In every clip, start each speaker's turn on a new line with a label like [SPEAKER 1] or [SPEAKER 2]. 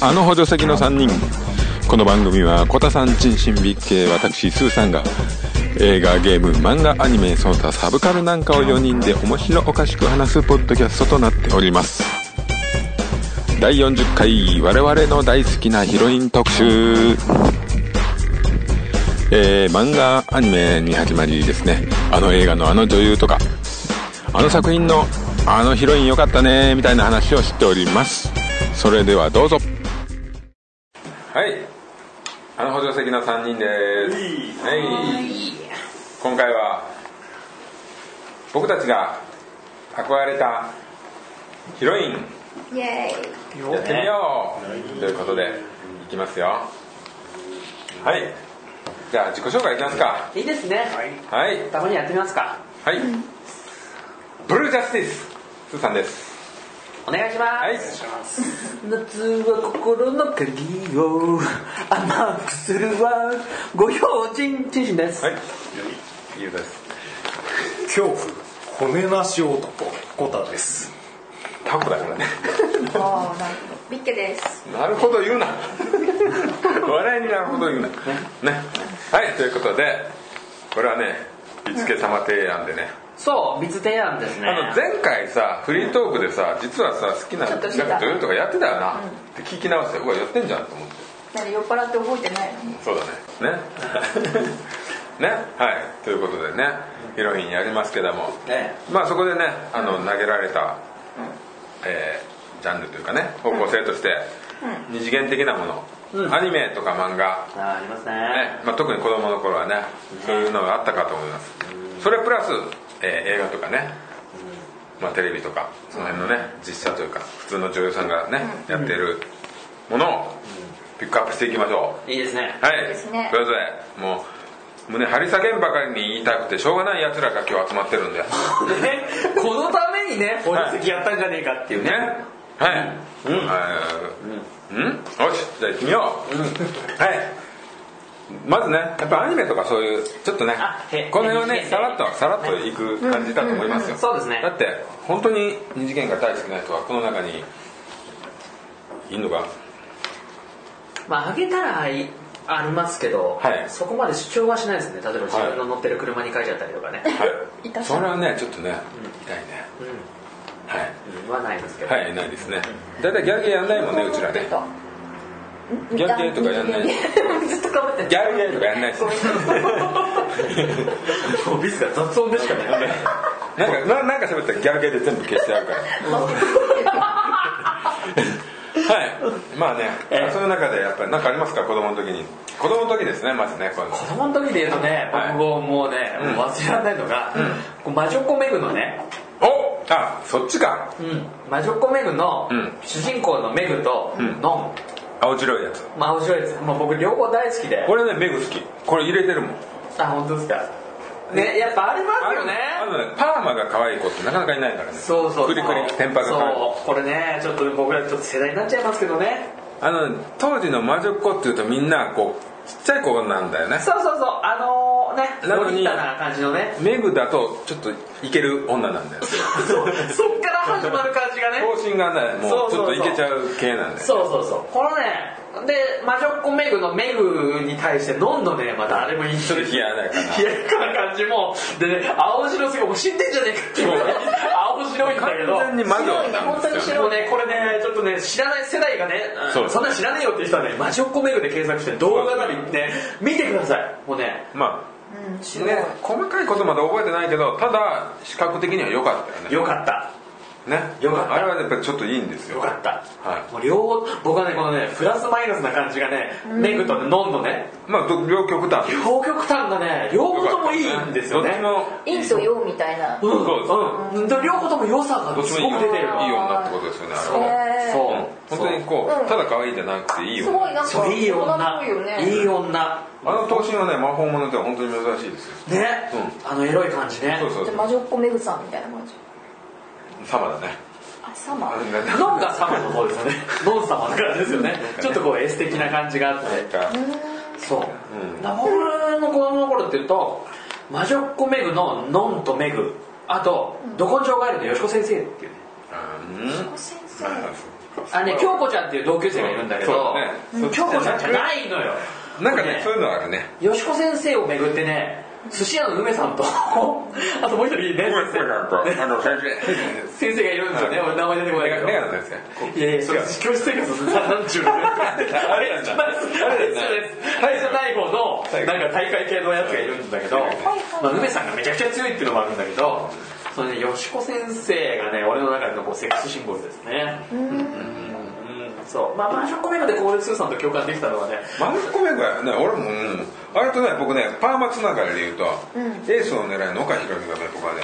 [SPEAKER 1] あの補助席の3人この番組はコタさん陳心美系私スーさんが映画ゲーム漫画アニメその他サブカルなんかを4人で面白おかしく話すポッドキャストとなっております第40回我々の大好きなヒロイン特集えー、漫画アニメに始まりですねあの映画のあの女優とかあの作品のあのヒロイン良かったねみたいな話をしておりますそれではどうぞはいあの補助席の3人ですはい、今回は僕たちが憧れたヒロイン
[SPEAKER 2] イエーイ
[SPEAKER 1] やってみようということでいきますよはいじゃあ自己紹介いきますか
[SPEAKER 3] いいですね、
[SPEAKER 1] はい
[SPEAKER 3] たまにやってみますか
[SPEAKER 1] はいブルージャスティススーさんです
[SPEAKER 3] お願いします、
[SPEAKER 1] はい
[SPEAKER 3] 夏は心の鍵を甘くするはご用心陳心です、
[SPEAKER 1] はいいいよです
[SPEAKER 4] 恐怖骨なし男コタです
[SPEAKER 1] タコだからね
[SPEAKER 2] ああなるほどビッケです
[SPEAKER 1] なるほど言 うな笑いになるほど言うなねはいということでこれはねいつけ様提案でね
[SPEAKER 3] そう別提案ですね
[SPEAKER 1] あの前回さフリートークでさ実はさ好きな
[SPEAKER 2] ち
[SPEAKER 1] な
[SPEAKER 2] ょっ
[SPEAKER 1] ん
[SPEAKER 2] と
[SPEAKER 1] か
[SPEAKER 2] した
[SPEAKER 1] 女優とかやってたよなって聞き直してうわやってんじゃんと思って
[SPEAKER 2] 何酔っ払って覚えてないの
[SPEAKER 1] そうだね ねねはいということでねヒロインやりますけども
[SPEAKER 3] ね
[SPEAKER 1] まあそこでねあの投げられた、えージャンルというかね方向性として二次元的なもの、
[SPEAKER 3] うん
[SPEAKER 1] アニメとか漫画、
[SPEAKER 3] あーありますね
[SPEAKER 1] ねまあ、特に子供の頃はねそういうのがあったかと思いますそれプラス、えー映画とかね、まあ、テレビとかその辺のね実写というか普通の女優さんがねやってるものをピックアップしていきましょう
[SPEAKER 3] いいですね
[SPEAKER 1] はい、
[SPEAKER 2] ですね
[SPEAKER 1] それぞれもう胸張り下げんばかりに言いたくてしょうがないやつらが今日集まってるんでね
[SPEAKER 3] ねこのためにね
[SPEAKER 1] はい
[SPEAKER 3] 宝石やったんじゃねえかっていうね
[SPEAKER 1] はいうん、はいうん、よしじゃあ行ってみよう、はいまずねやっぱアニメとかそういうちょっとね
[SPEAKER 3] あへ
[SPEAKER 1] この辺は
[SPEAKER 3] へ
[SPEAKER 1] ね
[SPEAKER 3] へ
[SPEAKER 1] さらっとさらっといく感じだと思いますよ、
[SPEAKER 3] うんそうですね
[SPEAKER 1] だって本当に二次元が大好きな人はこの中にいんのか
[SPEAKER 3] まああげたらいありますけど、
[SPEAKER 1] はい
[SPEAKER 3] そこまで主張はしないですね例えば自分の乗ってる車に書いちゃったりとかね、
[SPEAKER 1] はい
[SPEAKER 2] 痛そう
[SPEAKER 1] それはねちょっとね痛いねはい
[SPEAKER 3] うん、うん、はないですけど、
[SPEAKER 1] はい、いないですね。だいたいギャルゲーやんないもんね、うちらね。ギャルゲーとかやんない。ギ
[SPEAKER 2] ずっとかぶってる
[SPEAKER 1] ャルゲーとかやんないですね。
[SPEAKER 3] もうビスが雑音でしかな
[SPEAKER 1] なん
[SPEAKER 3] い
[SPEAKER 1] か、ななんか喋ったらギャルゲーで全部消してあるから。はい、まあね、そういう中でやっぱり、なんかありますか、子供の時に。子供の時ですね、まずね、こういうの
[SPEAKER 3] 子供の時で言うとね、
[SPEAKER 1] はい
[SPEAKER 3] 僕ももうね、もう忘れられないのが、こう魔女っ子メグのね、
[SPEAKER 1] おあ、そっちか。
[SPEAKER 3] 魔女っ子メグの
[SPEAKER 1] うん
[SPEAKER 3] 主人公のメグと
[SPEAKER 1] ん
[SPEAKER 3] ノ
[SPEAKER 1] 青白いやつ。
[SPEAKER 3] ン、まあ面白いです。もう僕両方大好きで。
[SPEAKER 1] 俺ね、メグ好き。これ入れてるもん。
[SPEAKER 3] あ、本当ですか。ね、やっぱありますよね。
[SPEAKER 1] あのね、パーマが可愛い子ってなかなかいないからね。
[SPEAKER 3] そうそう。
[SPEAKER 1] クリクリ、テンパが可愛い子。
[SPEAKER 3] そう、これね、ちょっと僕らちょっと世代になっちゃいますけどね。
[SPEAKER 1] あの、当時の魔女っ子っていうとみんな、こう、ちっちゃい子なんだよね。
[SPEAKER 3] そうそうそう、あのー、ね、
[SPEAKER 1] なの
[SPEAKER 3] ロ
[SPEAKER 1] に
[SPEAKER 3] リータな感じのね。
[SPEAKER 1] メグだとちょっといける女なんだよ
[SPEAKER 3] そう、そっから始まる感じ がね。
[SPEAKER 1] 方針がねもうちょっといけちゃう系なんだよ
[SPEAKER 3] そうそうそうこのねで魔女っ子メグのメグに対してどんどんねまたあれも一
[SPEAKER 1] そ
[SPEAKER 3] 緒
[SPEAKER 1] れ
[SPEAKER 3] で
[SPEAKER 1] 冷やないかな
[SPEAKER 3] 冷やっかな感じもでね青白すごいもう死んでんじゃねえかっていうぐらい青白いんだけど
[SPEAKER 1] 完全に魔女なん
[SPEAKER 2] 白いね本当に
[SPEAKER 1] ですよ
[SPEAKER 2] 白い
[SPEAKER 3] もうねこれねちょっとね知らない世代がねうん
[SPEAKER 1] そう
[SPEAKER 3] そんな知らねえよっていう人はね魔女っ子メグで検索して動画なりね見てくださいもうね
[SPEAKER 1] ま
[SPEAKER 2] うん
[SPEAKER 1] あ
[SPEAKER 2] 白い
[SPEAKER 1] ね細かいことまで覚えてないけどただ視覚的には良かったよね
[SPEAKER 3] よかった
[SPEAKER 1] ね
[SPEAKER 3] よかった
[SPEAKER 1] あれはやっぱりちょっといいんですよ
[SPEAKER 3] よかった、
[SPEAKER 1] はい
[SPEAKER 3] もう両方僕はねこのねプラスマイナスな感じがね、メグとねノンのね
[SPEAKER 1] まあど両極端
[SPEAKER 3] 両極端がね両方ともいいんですよね
[SPEAKER 1] どっちも
[SPEAKER 2] 陰と陽みたいな
[SPEAKER 3] うん、
[SPEAKER 1] そ
[SPEAKER 3] うん、で両方とも良さ
[SPEAKER 1] ど
[SPEAKER 3] が
[SPEAKER 1] っち
[SPEAKER 3] す
[SPEAKER 1] もいい
[SPEAKER 3] ごく出て
[SPEAKER 1] い
[SPEAKER 3] る
[SPEAKER 1] い女ってことですよねあれは
[SPEAKER 2] へー
[SPEAKER 3] そう
[SPEAKER 1] 本当にこ
[SPEAKER 2] うん
[SPEAKER 1] うただ可愛いじゃなくていい
[SPEAKER 2] すごい
[SPEAKER 1] よ
[SPEAKER 2] なん
[SPEAKER 3] そう
[SPEAKER 2] か
[SPEAKER 3] いい
[SPEAKER 2] 女
[SPEAKER 3] 女
[SPEAKER 2] っぽいよ
[SPEAKER 3] いい
[SPEAKER 2] ね
[SPEAKER 3] 女
[SPEAKER 1] あの頭身はね魔法物では本当に珍しいですよ
[SPEAKER 3] ね、あのエロい感じね
[SPEAKER 1] そうそう
[SPEAKER 2] で
[SPEAKER 1] そう
[SPEAKER 2] 魔女っ子メグさんみたいな感じ
[SPEAKER 1] サマだね
[SPEAKER 2] あサマ
[SPEAKER 1] あれ
[SPEAKER 2] ー
[SPEAKER 1] なんだ
[SPEAKER 3] ノンが様の方ですよ ねノン様の感じですよねちょっとこうエス的な感じがあってそう、
[SPEAKER 1] うん
[SPEAKER 3] だから僕の子供の頃っていうと魔女っ子メグのノンとメグあと「ど根性ガエルのよしこ先生」っていうね
[SPEAKER 2] 彦先生
[SPEAKER 3] あのね京子ちゃんっていう同級生がいるんだけど
[SPEAKER 1] そうだね
[SPEAKER 3] 京子ちゃんじゃないのよ
[SPEAKER 1] なんかねそういうのあるね
[SPEAKER 3] よしこ先生をめぐってね寿司屋の梅さんと あともう一人ね
[SPEAKER 1] ごめんごめんあの先生
[SPEAKER 3] 先生がいるんですよね、俺名前出てこないけど
[SPEAKER 1] メガネの先生
[SPEAKER 3] いやいや、それ教師生活の30年。あれなんだ。あれです、あれ です。会社ない方の、なんか大会系のやつがいるんだけど、まあ、梅さんがめちゃくちゃ強いっていうのもあるんだけど、そのね、よしこ先生がね、俺の中でのこうセックスシンボルですね。うんそう。まあ、マンションコメントでこう、俺、スーさんと共感できたのはね、
[SPEAKER 1] マルコメグはね俺も、うん、あれとね僕ねパーマつながりで言うと、エースを狙いの岡ひろみがね僕はね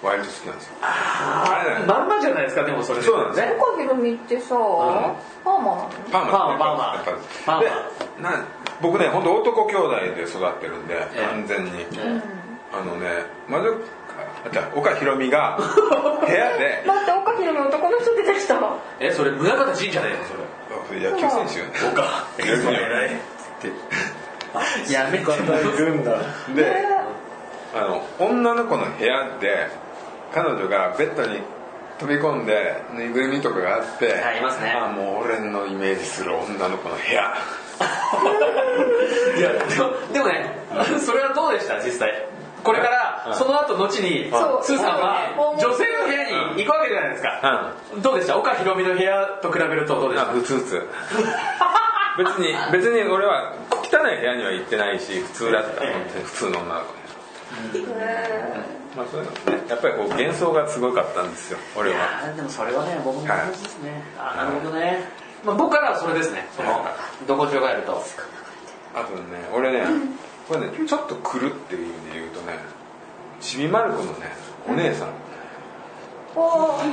[SPEAKER 1] 割と好きなんですよあれね
[SPEAKER 3] まんまじゃないですか、でもそれ。
[SPEAKER 1] そうなんです
[SPEAKER 3] ね。
[SPEAKER 2] 岡ひろみってさ、パーマなの
[SPEAKER 1] パーマ
[SPEAKER 3] パーマ
[SPEAKER 1] やっぱり
[SPEAKER 3] パーマ
[SPEAKER 1] でなん僕ね本当男兄弟で育ってるんで、完全に、あのねまずあじゃあ岡ひろみ が部屋で
[SPEAKER 2] 待って岡ひろみ男の人出てきたわ
[SPEAKER 3] え、それ、宗像神社だよ、それ。
[SPEAKER 1] 野球選手よね
[SPEAKER 3] そうか。
[SPEAKER 1] 野球
[SPEAKER 4] 偉い
[SPEAKER 3] やめて。
[SPEAKER 4] 軍団
[SPEAKER 1] であの女の子の部屋で彼女がベッドに飛び込んでぬいぐるみとかがあって、
[SPEAKER 3] はいいますね
[SPEAKER 1] あもう俺のイメージする女の子の部屋
[SPEAKER 3] いやでもでもね、それはどうでした実際これからその後後に
[SPEAKER 2] そう
[SPEAKER 3] スーさんは
[SPEAKER 2] そう
[SPEAKER 3] 女性の部屋に行くわけじゃないですか、どうでした岡ひろみの部屋と比べるとどうでし
[SPEAKER 1] あ
[SPEAKER 3] た
[SPEAKER 1] 普通普通 別に別に俺は汚い部屋には行ってないし普通だった本当に普通の女の子の部屋まあそういうのもねやっぱりこう幻想がすごかったんですよ俺
[SPEAKER 3] い
[SPEAKER 1] は
[SPEAKER 3] やーでもそれはね僕も同じですね、あなるほどね、まあ、僕からはそれですねそのどこちょがえると
[SPEAKER 1] あとね俺ねこれねちょっと狂ってる意味で言うとねちびまる子のねお姉さん、
[SPEAKER 2] おー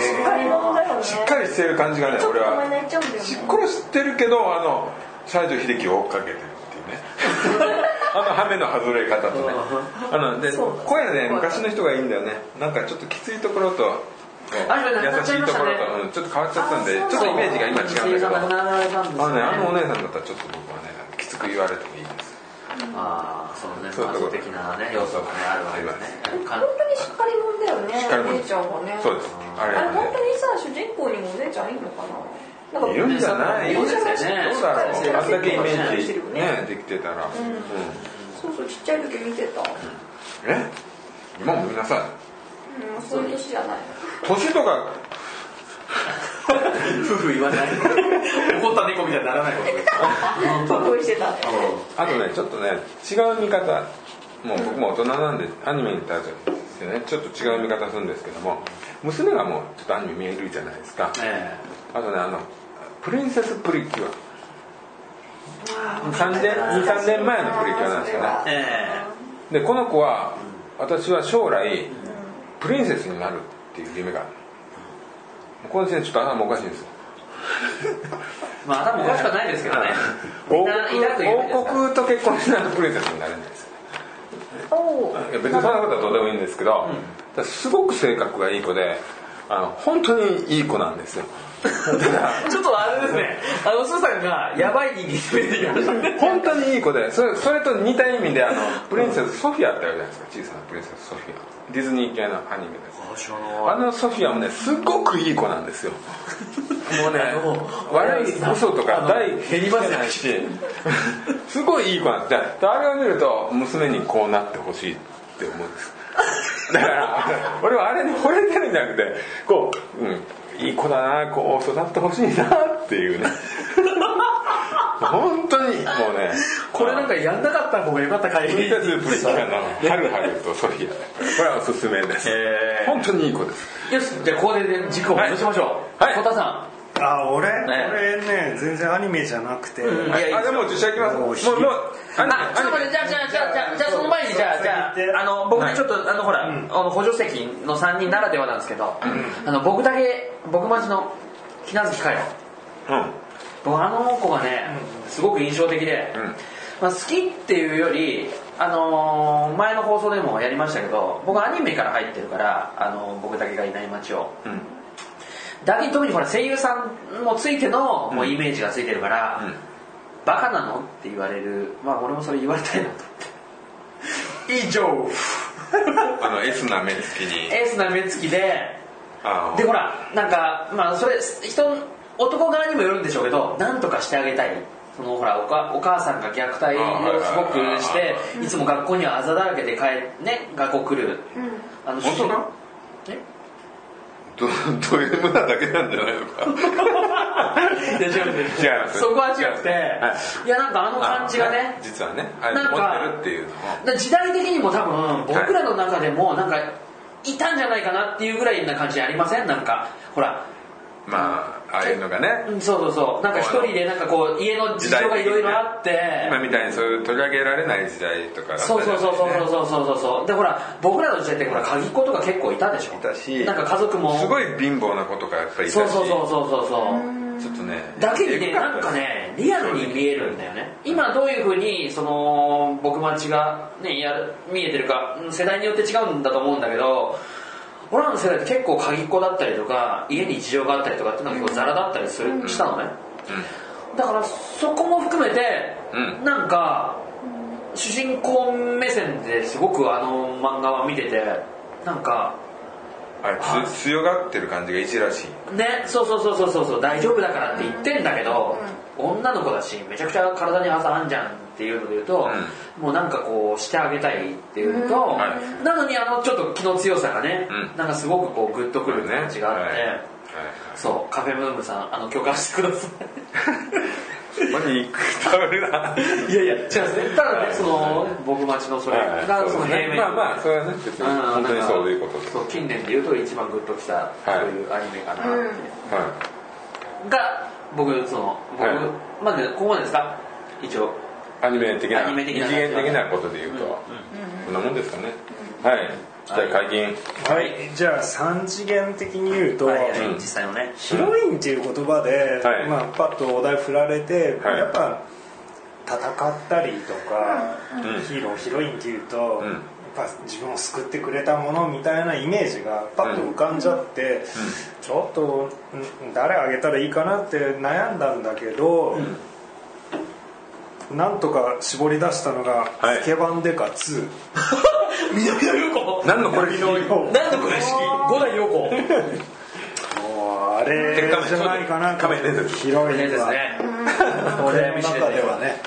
[SPEAKER 2] しっかり者だよね
[SPEAKER 1] しっかりしてる感じがね
[SPEAKER 2] ちょっ
[SPEAKER 1] 俺
[SPEAKER 2] と前
[SPEAKER 1] は
[SPEAKER 2] 泣いちゃうんだよね
[SPEAKER 1] しっこりしてるけどあの西城秀樹を追っかけてるっていうね あのハメの外れ方とねあので
[SPEAKER 2] そう
[SPEAKER 1] 声ね昔の人がいいんだよねなんかちょっときついところとこう
[SPEAKER 3] あれなくな
[SPEAKER 1] 優し
[SPEAKER 3] っちゃい
[SPEAKER 1] い
[SPEAKER 3] ま
[SPEAKER 1] と
[SPEAKER 3] した
[SPEAKER 1] こ
[SPEAKER 3] ね
[SPEAKER 1] ろと、うんちょっと変わっちゃったんで
[SPEAKER 2] あ
[SPEAKER 1] ちょっとイメージが今違うんだけど
[SPEAKER 3] なくなられたんですね
[SPEAKER 1] あのねあのお姉さんだったらちょっと僕はねきつく言われてもいいです
[SPEAKER 3] あーそのね
[SPEAKER 1] そういうとこ
[SPEAKER 3] 魔女的なね要素がねあるわけですね
[SPEAKER 2] 本当にしっかり者だよね
[SPEAKER 1] しっかり
[SPEAKER 2] お姉ちゃんはね
[SPEAKER 1] そうですあれ
[SPEAKER 2] あれ
[SPEAKER 1] は
[SPEAKER 2] 本
[SPEAKER 1] ね
[SPEAKER 2] 当にさ主人公にもお姉ちゃんいるのかななんか
[SPEAKER 1] いるんじゃない
[SPEAKER 3] い
[SPEAKER 1] ど
[SPEAKER 3] る
[SPEAKER 1] うん
[SPEAKER 3] じゃない
[SPEAKER 1] だろうあんだけイメー
[SPEAKER 2] し
[SPEAKER 1] ジ
[SPEAKER 2] てるよね
[SPEAKER 1] ねできてたら、うん
[SPEAKER 2] そうそうちっちゃい時見てた
[SPEAKER 1] え今も見なさい
[SPEAKER 2] うんそういう年じゃない
[SPEAKER 1] 年とか
[SPEAKER 3] 夫婦言わない怒った猫みたいにならないことです
[SPEAKER 2] 得意してたね
[SPEAKER 1] あとねちょっとね違う見方もう僕も大人なんでアニメに対してねちょっと違う見方するんですけども娘がもうちょっとアニメ見えるじゃないですか
[SPEAKER 3] え
[SPEAKER 1] あとねあのプリンセスプリキュア3年23年前のプリキュアなんですよね
[SPEAKER 3] ええ
[SPEAKER 1] でこの子は私は将来プリンセスになるっていう夢があるこの時点でちょっと頭おかしいんですよ
[SPEAKER 3] えまあ頭おかしくはないですけどね
[SPEAKER 1] 王国
[SPEAKER 3] みんな抱く夢ですから
[SPEAKER 1] 王国と結婚しないとプリンセスになれないです
[SPEAKER 2] おおー
[SPEAKER 1] いや別にそんなことはどうでもいいんですけど、ただすごく性格がいい子であの本当にいい子なんですよ
[SPEAKER 3] ちょっとあれですね、あの、スーさんが、やばい人間に出てきましたね。
[SPEAKER 1] 本当にいい子でそれそれと似た意味であのプリンセスソフィアってあるじゃないですか小さなプリンセスソフィアディズニー系のアニメですあのソフィアもねすごくいい子なんですよもうね悪い嘘とか大減りませないしすごいいい子なんですであれを見ると娘にこうなってほしいって思うんですだから俺はあれに惚れてるんじゃなくてこう、うん、いい子だなこう育ってほしいなっていうね本当にもうね
[SPEAKER 3] これなんかやんなかった方がよかったかい。
[SPEAKER 1] プリンセスプリキュアのハルハルとソフィアこれはおすすめです
[SPEAKER 3] へー
[SPEAKER 1] 本当にいい子です
[SPEAKER 3] よし、じゃあここでね軸を戻しましょう。
[SPEAKER 1] はい
[SPEAKER 3] 小田さ
[SPEAKER 4] あ俺
[SPEAKER 3] ね
[SPEAKER 4] 俺ね全然アニメじゃなくて
[SPEAKER 3] ん。いやいや
[SPEAKER 1] あでも実写いきますもうもうあ
[SPEAKER 3] あ、ちょっと待って、じゃあ、じゃあ、じゃあ、じゃあ、じゃあ、その前に、じゃあ、じゃあ、あの、僕ね、ちょっと、あの、ほら、あの、補助席の3人ならではなんですけど、あの、僕だけ、僕町の、ひなずきかよ。
[SPEAKER 1] うん
[SPEAKER 3] 僕あの子がね、すごく印象的で、
[SPEAKER 1] ん
[SPEAKER 3] まあ、好きっていうより、あのー前の放送でもやりましたけど僕アニメから入ってるから、あのー僕だけがいない街を、
[SPEAKER 1] ん
[SPEAKER 3] だけ特にほら声優さんもついてのもうイメージがついてるから、
[SPEAKER 1] うん
[SPEAKER 3] バカなのって言われるまあ俺もそれ言われたいなと思って以上
[SPEAKER 1] あのエスな目つきに
[SPEAKER 3] エースな目つきで
[SPEAKER 1] あの
[SPEAKER 3] でほらなんかまあそれ人男側にもよるんでしょうけどなんとかしてあげたいそのほらおかお母さんが虐待をすごくしていつも学校にはあざだらけで帰ね学校来る、あの
[SPEAKER 1] 本当か
[SPEAKER 3] え
[SPEAKER 1] どどういう村だけなんじゃないのか 違い
[SPEAKER 3] いや違う違う
[SPEAKER 1] ます
[SPEAKER 3] そこは違くて、、
[SPEAKER 1] はい
[SPEAKER 3] やなんかあの感じが
[SPEAKER 1] あ
[SPEAKER 3] ね
[SPEAKER 1] 実はねあれ
[SPEAKER 3] なんか
[SPEAKER 1] 持ってるっていうのを
[SPEAKER 3] だ時代的にも多分僕らの中でもなんかいたんじゃないかなっていうぐらいな感じありませんなんかほら
[SPEAKER 1] まあああいうのがね
[SPEAKER 3] うんそうそうそうなんか一人でなんかこう家の事情がいろいろあって
[SPEAKER 1] 今みたいにそういう取り上げられない時代とかだったじゃ
[SPEAKER 3] そう
[SPEAKER 1] ない
[SPEAKER 3] そうそうそうそうそうそうそうでほら僕らの時代ってほら鍵っ子とか結構いたでしょ
[SPEAKER 1] いたし
[SPEAKER 3] なんか家族も
[SPEAKER 1] すごい貧乏な子とかやっぱりいたし
[SPEAKER 3] そうそうそうそうそうそう
[SPEAKER 1] ちょっとね
[SPEAKER 3] だけにねなんかねリアルに見えるんだよね今どういうふうにその僕町がねやる見えてるかうん世代によって違うんだと思うんだけど俺らの世代って結構鍵っ子だったりとか家に事情があったりとかっていうのが結構ザラだったりする、したのね、だからそこも含めて、
[SPEAKER 1] う
[SPEAKER 3] なんか主人公目線ですごくあの漫画は見ててなんか
[SPEAKER 1] あれつ強がってる感じがいじらしい
[SPEAKER 3] ねそうそうそうそうそうそう大丈夫だからって言ってんだけど、女の子だしめちゃくちゃ体に朝あんじゃんっていうので言うと、もうなんかこうしてあげたいっていうのと、
[SPEAKER 1] はい
[SPEAKER 3] なのにあのちょっと気の強さがね、
[SPEAKER 1] うん
[SPEAKER 3] なんかすごくこうグッとくる感じがあって、
[SPEAKER 1] はいはい
[SPEAKER 3] そうカフェムームさんあの共感してくださ
[SPEAKER 1] ここに行くためだ
[SPEAKER 3] いいやいや違うんですねただねその僕待ちのそれがその平面に
[SPEAKER 1] まあまあそれはね別に
[SPEAKER 3] うん
[SPEAKER 1] 本当にそういうことです
[SPEAKER 3] そう近年で言うと一番グッときたそういうアニメかなって、
[SPEAKER 1] は
[SPEAKER 3] が僕その僕、
[SPEAKER 1] は
[SPEAKER 3] まずここまでですか一応
[SPEAKER 1] いアニメ的な
[SPEAKER 3] アニメ的な
[SPEAKER 1] 一元的なことで言うとこんなもんですかねはいじゃあ解禁
[SPEAKER 4] はいじゃあ三次元的に言うと、
[SPEAKER 3] はいはい実際のね
[SPEAKER 4] ヒロインっていう言葉で、
[SPEAKER 1] はい
[SPEAKER 4] まあ、パッとお題振られて、
[SPEAKER 1] はい
[SPEAKER 4] やっぱ戦ったりとか、ヒーローヒロインっていうと、
[SPEAKER 1] うん
[SPEAKER 4] やっぱ自分を救ってくれたものみたいなイメージがパッと浮かんじゃって、ちょっとん誰あげたらいいかなって悩んだんだけど、なんとか絞り出したのが「
[SPEAKER 1] はい
[SPEAKER 4] スケバンデカ2」
[SPEAKER 3] 南野陽子
[SPEAKER 1] 何のこれ
[SPEAKER 3] 何の倉敷五代陽 子
[SPEAKER 4] もうあれじゃないかな
[SPEAKER 1] 仮面ライダー
[SPEAKER 4] ヒロイン
[SPEAKER 3] です
[SPEAKER 4] は、
[SPEAKER 3] ね
[SPEAKER 4] 俺の中ではね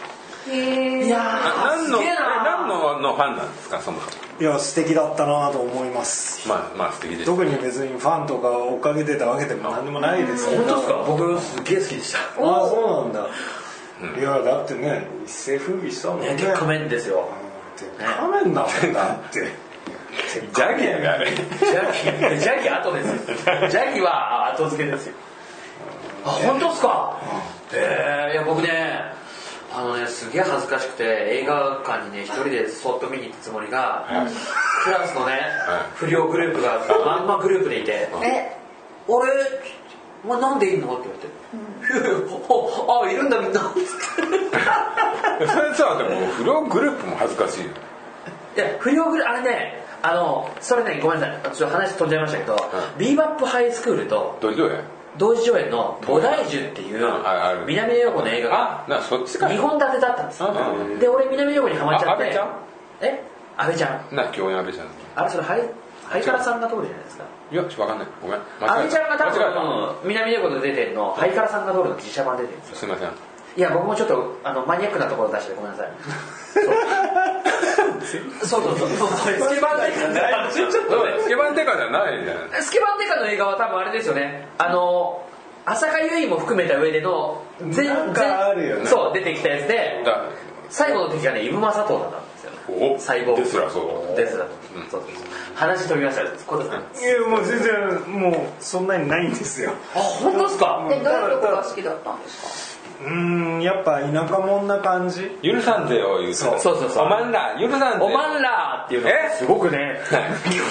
[SPEAKER 2] へえ
[SPEAKER 3] いや
[SPEAKER 1] 何の
[SPEAKER 3] すげえな
[SPEAKER 1] 何ののファンなんですかそもそも
[SPEAKER 4] いや素敵だったなと思います
[SPEAKER 1] まあまあ素敵でした
[SPEAKER 4] 特に別にファンとか追っかけてたわけでも何でもないですけど
[SPEAKER 3] 本当ですか僕すげえ好きでした
[SPEAKER 4] ああそうなんだ、いやだってね一世風靡したもんね
[SPEAKER 3] 結果面ですよ
[SPEAKER 4] 仮面なもんだって
[SPEAKER 1] ジャギアがあれ
[SPEAKER 3] ジャギジャギ後ですよジャギは後付けですよあ本当ですかええいや僕ねあのねすげえ恥ずかしくて映画館にね一人でそっと見に行ったつもりが、フランスのね、不良グループがまんまグループでいて
[SPEAKER 2] え
[SPEAKER 3] 俺、まなんでいんのって言わ れて、おあいるんだみんなっつっ
[SPEAKER 1] それさでも不良グループも恥ずかしいよ
[SPEAKER 3] ていや不良ぐらいあれねあのそれねごめんなさいちょっと話飛んじゃいましたけど、ビーバップハイスクールと
[SPEAKER 1] どれどれ
[SPEAKER 3] 同時上映の「菩提樹」っていう
[SPEAKER 1] あある
[SPEAKER 3] 南野陽子の映画が
[SPEAKER 1] あなそっちか
[SPEAKER 3] 2本立てだったんですよ
[SPEAKER 1] あうん
[SPEAKER 3] で俺南野陽子にハマっちゃ
[SPEAKER 1] あ
[SPEAKER 3] って
[SPEAKER 1] 安倍ちゃん
[SPEAKER 3] え阿部ちゃん
[SPEAKER 1] な共演安倍ちゃん
[SPEAKER 3] あれそれハイハイカラさんが通るじゃないですか
[SPEAKER 1] いやちょっとわかんないごめん
[SPEAKER 3] 阿
[SPEAKER 1] 間違
[SPEAKER 3] 部
[SPEAKER 1] え
[SPEAKER 3] ちゃんが
[SPEAKER 1] た
[SPEAKER 3] 多
[SPEAKER 1] 間違えた
[SPEAKER 3] 分南野陽子で出てるのハイカラさんが通るの実写版出てるんですよ
[SPEAKER 1] すいません
[SPEAKER 3] いや僕もちょっとあのマニアックなところ出してごめんなさい そうそうそうそうそうスケバンデカのちょっとね
[SPEAKER 1] スケバンデカじゃないじゃん
[SPEAKER 3] スケバンデカの映画は多分あれですよねあの浅香唯も含めた上での全
[SPEAKER 4] なんかあるよね
[SPEAKER 3] 全そう出てきたやつで
[SPEAKER 1] だ
[SPEAKER 3] 最後の敵がねイブマサトウだったんですよね
[SPEAKER 1] お
[SPEAKER 3] 細胞
[SPEAKER 1] ですらそう
[SPEAKER 3] ですらそうそうそう話飛びましたコタさんあ
[SPEAKER 4] いやもう全然もうそんなにないんですよ
[SPEAKER 3] 本当ですか
[SPEAKER 2] でどういうとこが好きだったんです
[SPEAKER 4] うーんやっぱ田舎者な感じ
[SPEAKER 1] 許さんぜよ言うてた
[SPEAKER 3] そうそうそうそう
[SPEAKER 1] おまんら許さんぜよ
[SPEAKER 3] おまんらーっていうのが
[SPEAKER 1] え
[SPEAKER 3] すごくね
[SPEAKER 1] はい